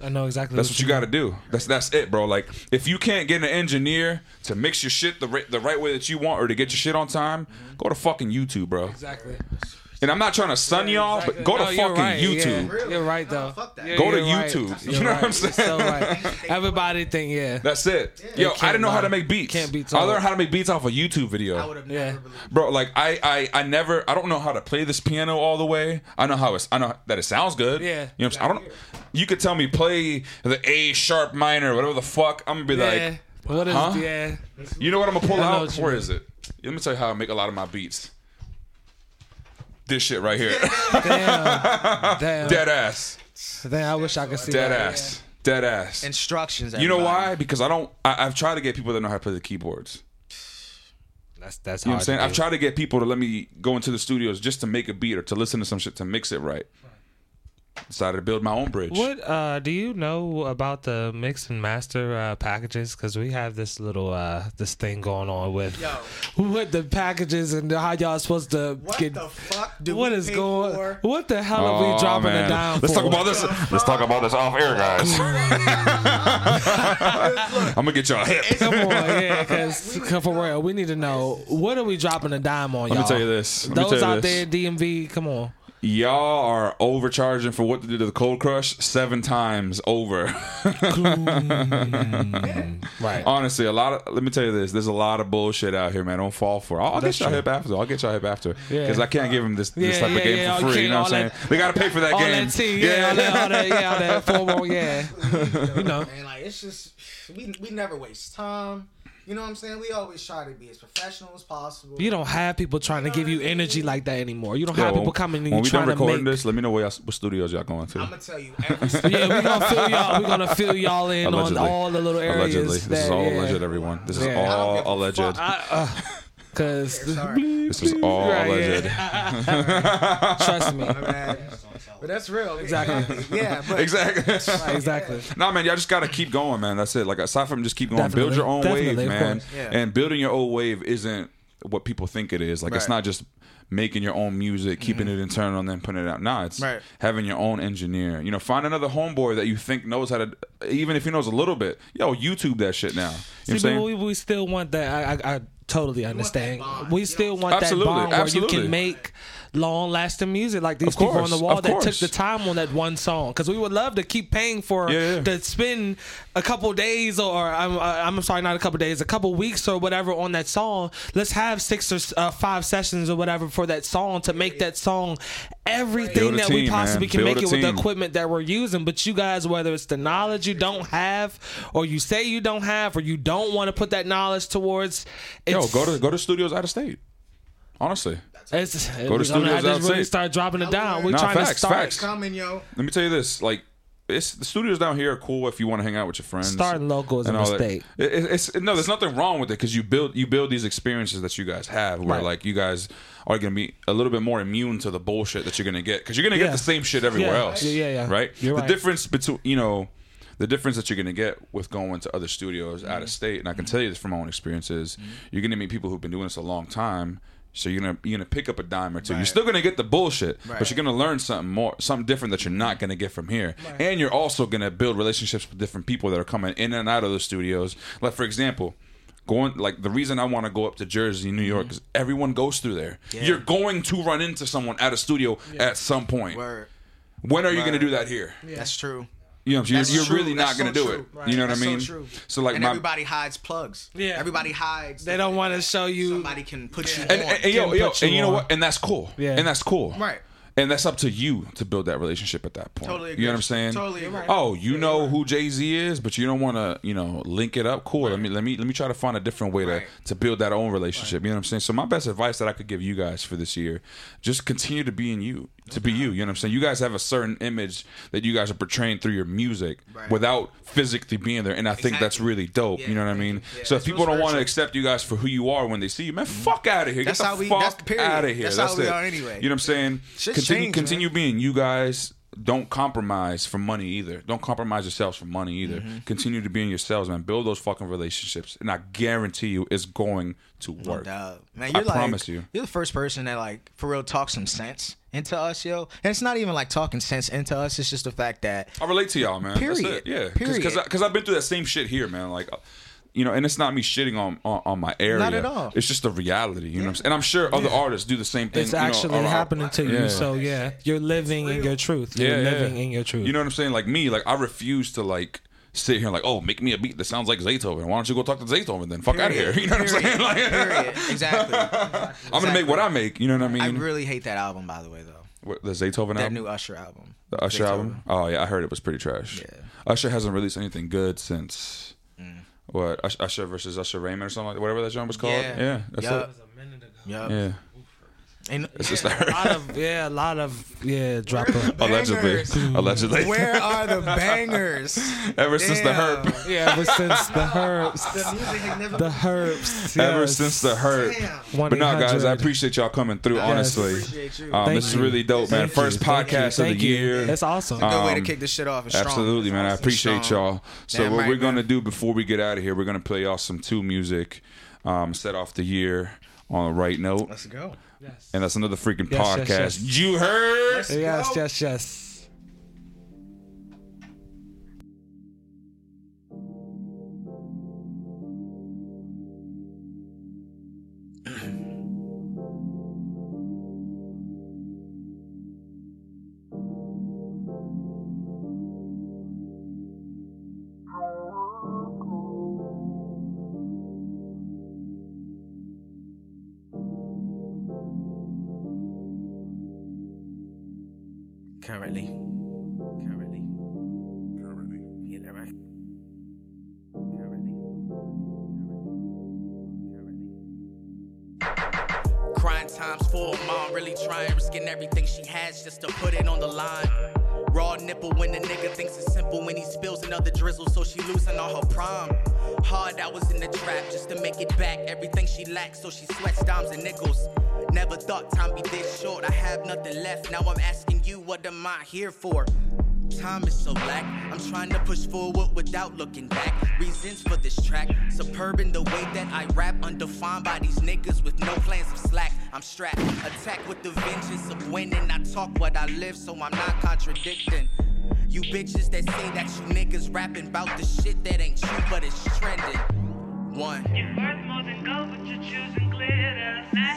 I know exactly. That's what you got to do. That's that's it, bro. Like if you can't get an engineer to mix your shit the ri- the right way that you want or to get your shit on time, go to fucking YouTube, bro. Exactly. And I'm not trying to sun y'all, but go to No, you're fucking right, YouTube. yeah. You're right though. fuck that. Yeah, Go to you're right. YouTube. You You're know what I'm right. You're saying? So right. Everybody think yeah. That's it. Yo, I can't didn't know how buy- to make beats. can't be I told. learned how to make beats off a YouTube video. Yeah. Bro, like I, I I never I don't know how to play this piano all the way. I know how it's I know that it sounds good. You Yeah. know what I'm saying? I don't you could tell me play the A sharp minor, whatever the fuck. I'm gonna be yeah. What is huh? yeah? like you know what I'm gonna pull I know out? what you Where mean. is it? Let me tell you how I make a lot of my beats. This shit right here. Damn. Damn. Dead ass. Damn. I wish I could see Dead that. ass. Dead ass. Instructions. You know everybody. why? Because I don't I, I've tried to get people that know how to play the keyboards. That's that's You know what I'm hard to saying? do. I've tried to get people to let me go into the studios just to make a beat or to listen to some shit to mix it right. Decided to build my own bridge. What uh, do you know about the mix and master uh, packages? Because we have this little uh, this thing going on with with the packages and how y'all supposed to get. fuck? what is going? What the hell are Aw, we dropping Oh, man. it down Let's for? talk about this. Let's talk about this off air, guys. I'm gonna get y'all hip. Come on, yeah, because for real, we need to know what are we dropping a dime on, Let y'all. me tell you this. Let me Those tell you out this. there, DMV, come on. Y'all are overcharging for what they did to the Cold Crush seven times over. Right. Honestly, a lot of let me tell you this. There's a lot of bullshit out here, man. Don't fall for. it. I'll, I'll get y'all hip after. I'll get y'all hip after Yeah. because I can't give them this, this Yeah, type yeah, of game yeah, for you free. You can't- know what all I'm saying? that- they got to pay for that all game. that tea, yeah, all that, all that, yeah, all that formal, yeah. You know, And like it's just we we never waste time. You know what I'm saying? We always try to be as professional as possible. you don't have people trying to give you energy like that anymore. You don't Yeah, have when- people coming and when you we done trying to recording make. this, let me know where y'all, what studios y'all going to. I'm gonna tell you every Yeah, we're gonna fill y'all. We're gonna fill y'all in Allegedly. on all the little areas. Allegedly, this that, is all yeah, alleged. Everyone, this is Yeah. I all alleged. Cause This is all Right, alleged. trust me, bad. But that's real. exactly, Yeah, but Exactly. exactly. Nah, man, y'all just gotta keep going, man. That's it. Like aside from just keep going, build Definitely. your own Definitely, wave, of man. course. Yeah. And building your own wave isn't what people think it is. Like it's Right. not just making your own music, keeping it Mm. internal, and then putting it out. Nah, it's Right. having your own engineer. You know, find another homeboy that you think knows how to, even if he knows a little bit. Yo, YouTube that shit now. You know what I'm See, but saying? we, we still want that. I, I, I totally understand. bond. We You still know- want Absolutely, that bond where you absolutely. can make long lasting music like these Of people course, on the of wall that took course. the time on that one song. Because we would love to keep paying for Yeah, yeah. to spend a couple days or I'm, uh, I'm sorry, not a couple days, a couple weeks or whatever on that song. Let's have six or uh, five sessions or whatever for that song to make that song Build everything a that team, we possibly man. can Build make a it with the team. equipment equipment that we're using, but you guys, whether it's the knowledge you don't have, or you say you don't have, or you don't want to put that knowledge towards, Yo, it's, go to go to studios out of state. Honestly, it's, to we're gonna studios have to really outside. start dropping it down. We're Nah, trying facts, to start. facts. coming, yo. let me tell you this: like it's the studios down here are cool if you want to hang out with your friends. Starting local is a and all that. mistake. It- it- it's no, there's nothing wrong with it because you build you build these experiences that you guys have where Right. like you guys are gonna be a little bit more immune to the bullshit that you're gonna get because you're gonna get Yeah. the same shit everywhere Yeah. else. Yeah, yeah, yeah. Right. You're the right. difference between you know. The difference that you're going to get with going to other studios Mm-hmm. out of state, and I can tell you this from my own experiences, you're going to meet people who've been doing this a long time. So you're gonna you're gonna pick up a dime or two. You're Right. still gonna get the bullshit, but Right. you're gonna learn something more, something different that you're not gonna get from here. And you're also gonna build relationships with different people that are coming in and out of the studios. Like for example, going like the reason I want to go up to Jersey, New Mm-hmm. York, is everyone goes through there. You're going to run into someone at a studio at some point. Word. When are you gonna Word. do that here? That's true. You know, you're, That's you're true. really not That's gonna do so true. it. You know what That's I so mean? true. like and my everybody hides plugs. Yeah. Everybody hides. They don't want to show you. Somebody can put you and, on. and, and yo, Can yo, put and you you know on. what? And that's cool. Yeah. And that's cool. Right. And that's up to you to build that relationship at that point. Totally You agree. know what I'm saying? Totally agree. Oh, you know who Jay Z is, but you don't want to, you know, link it up. Cool. Let me let me let me try to find a different way Right. to to build that own relationship. You know what I'm saying? So my best advice that I could give you guys for this year, just continue to be in you, to be you. You know what I'm saying? You guys have a certain image that you guys are portraying through your music Right. without physically being there, and I think that's Exactly. really dope. you Yeah, know what I thank you. mean? Yeah. So if It's people don't want to spiritual. accept you guys for who you are when they see you, man, fuck out of here. Mm-hmm. That's Get the how we- fuck that's the period. out of here. That's how we it. are anyway. You know what I'm saying? Shit's continue changed, man. continue being you guys. Don't compromise for money either. Don't compromise yourselves for money either. Mm-hmm. Continue to be in yourselves, man. Build those fucking relationships, and I guarantee you, it's going to work. Dog. Man, you're I like, promise you. You're the first person that like for real talks some sense into us, yo. And it's not even like talking sense into us. It's just the fact that I relate to y'all, man. That's Period. it. Yeah, because Period. because I've been through that same shit here, man. Like. uh, You know, and it's not me shitting on, on, on my area. Not at all. It's just the reality, you know. What I'm saying? And I'm sure other artists do the same thing. It's you know, actually or- or- happening to you. Yeah. So yeah, you're living in your truth. You're living in your truth. You know what I'm saying? Like me, like I refuse to like sit here and like, oh, make me a beat that sounds like Zaytoven. Why don't you go talk to Zaytoven then? Fuck out of here. You know what I'm saying? Like, period. Exactly. I'm gonna make what I make. You know what I mean? I really hate that album, by the way, though. What, the Zaytoven That album, new Usher album. the Usher Beethoven. album. Oh yeah, I heard it was pretty trash. Yeah. Mm. Usher hasn't released anything good since. What Ush- Usher versus Usher Raymond or something like whatever that genre was called. Yeah, Yeah. that's Yup. a minute ago. it. Yup. Yeah, And it's just A lot of yeah, a lot of yeah, drop a allegedly, Bangers. allegedly. where are the bangers? Ever since the Damn. herb, yeah. Ever since the herbs, music had never the herbs. ever yes. since the herb. Damn. But no, guys, I 1-800. appreciate y'all coming through. Honestly, Appreciate you. Um, Thank this is you. really dope, man. Thank First you, thank you, podcast of thank the you. year. That's awesome. Good way to Um, kick this shit off. It's strong. Absolutely, man. I It's appreciate strong. y'all. So Damn what right, we're gonna man. do before we get out of here, we're gonna play y'all some two music, um, set off the year on the right note, Let's go. and that's another freaking Yes, podcast. yes, yes. You heard. yes, yes, yes. Currently. Currently. Currently. Yeah, that right. Currently. Crying times full, mom really trying, risking everything she has just to put it on the line. Raw nipple when the nigga thinks it's simple when he spills another drizzle, so she losing all her prime. Hard hours in the trap just to make it back. Everything she lacks, so she sweats dimes and nickels. Never thought time be this short. I have nothing left. Now I'm asking you, what am I here for? Time is so black. I'm trying to push forward without looking back. Reasons for this track. Superb in the way that I rap. Undefined by these niggas with no plans of slack. I'm strapped. Attack with the vengeance of winning. I talk what I live, so I'm not contradicting. You bitches that say that you niggas rapping about the shit that ain't true, but it's trending. One. You're worth more than gold, but you're choosing glitter. Now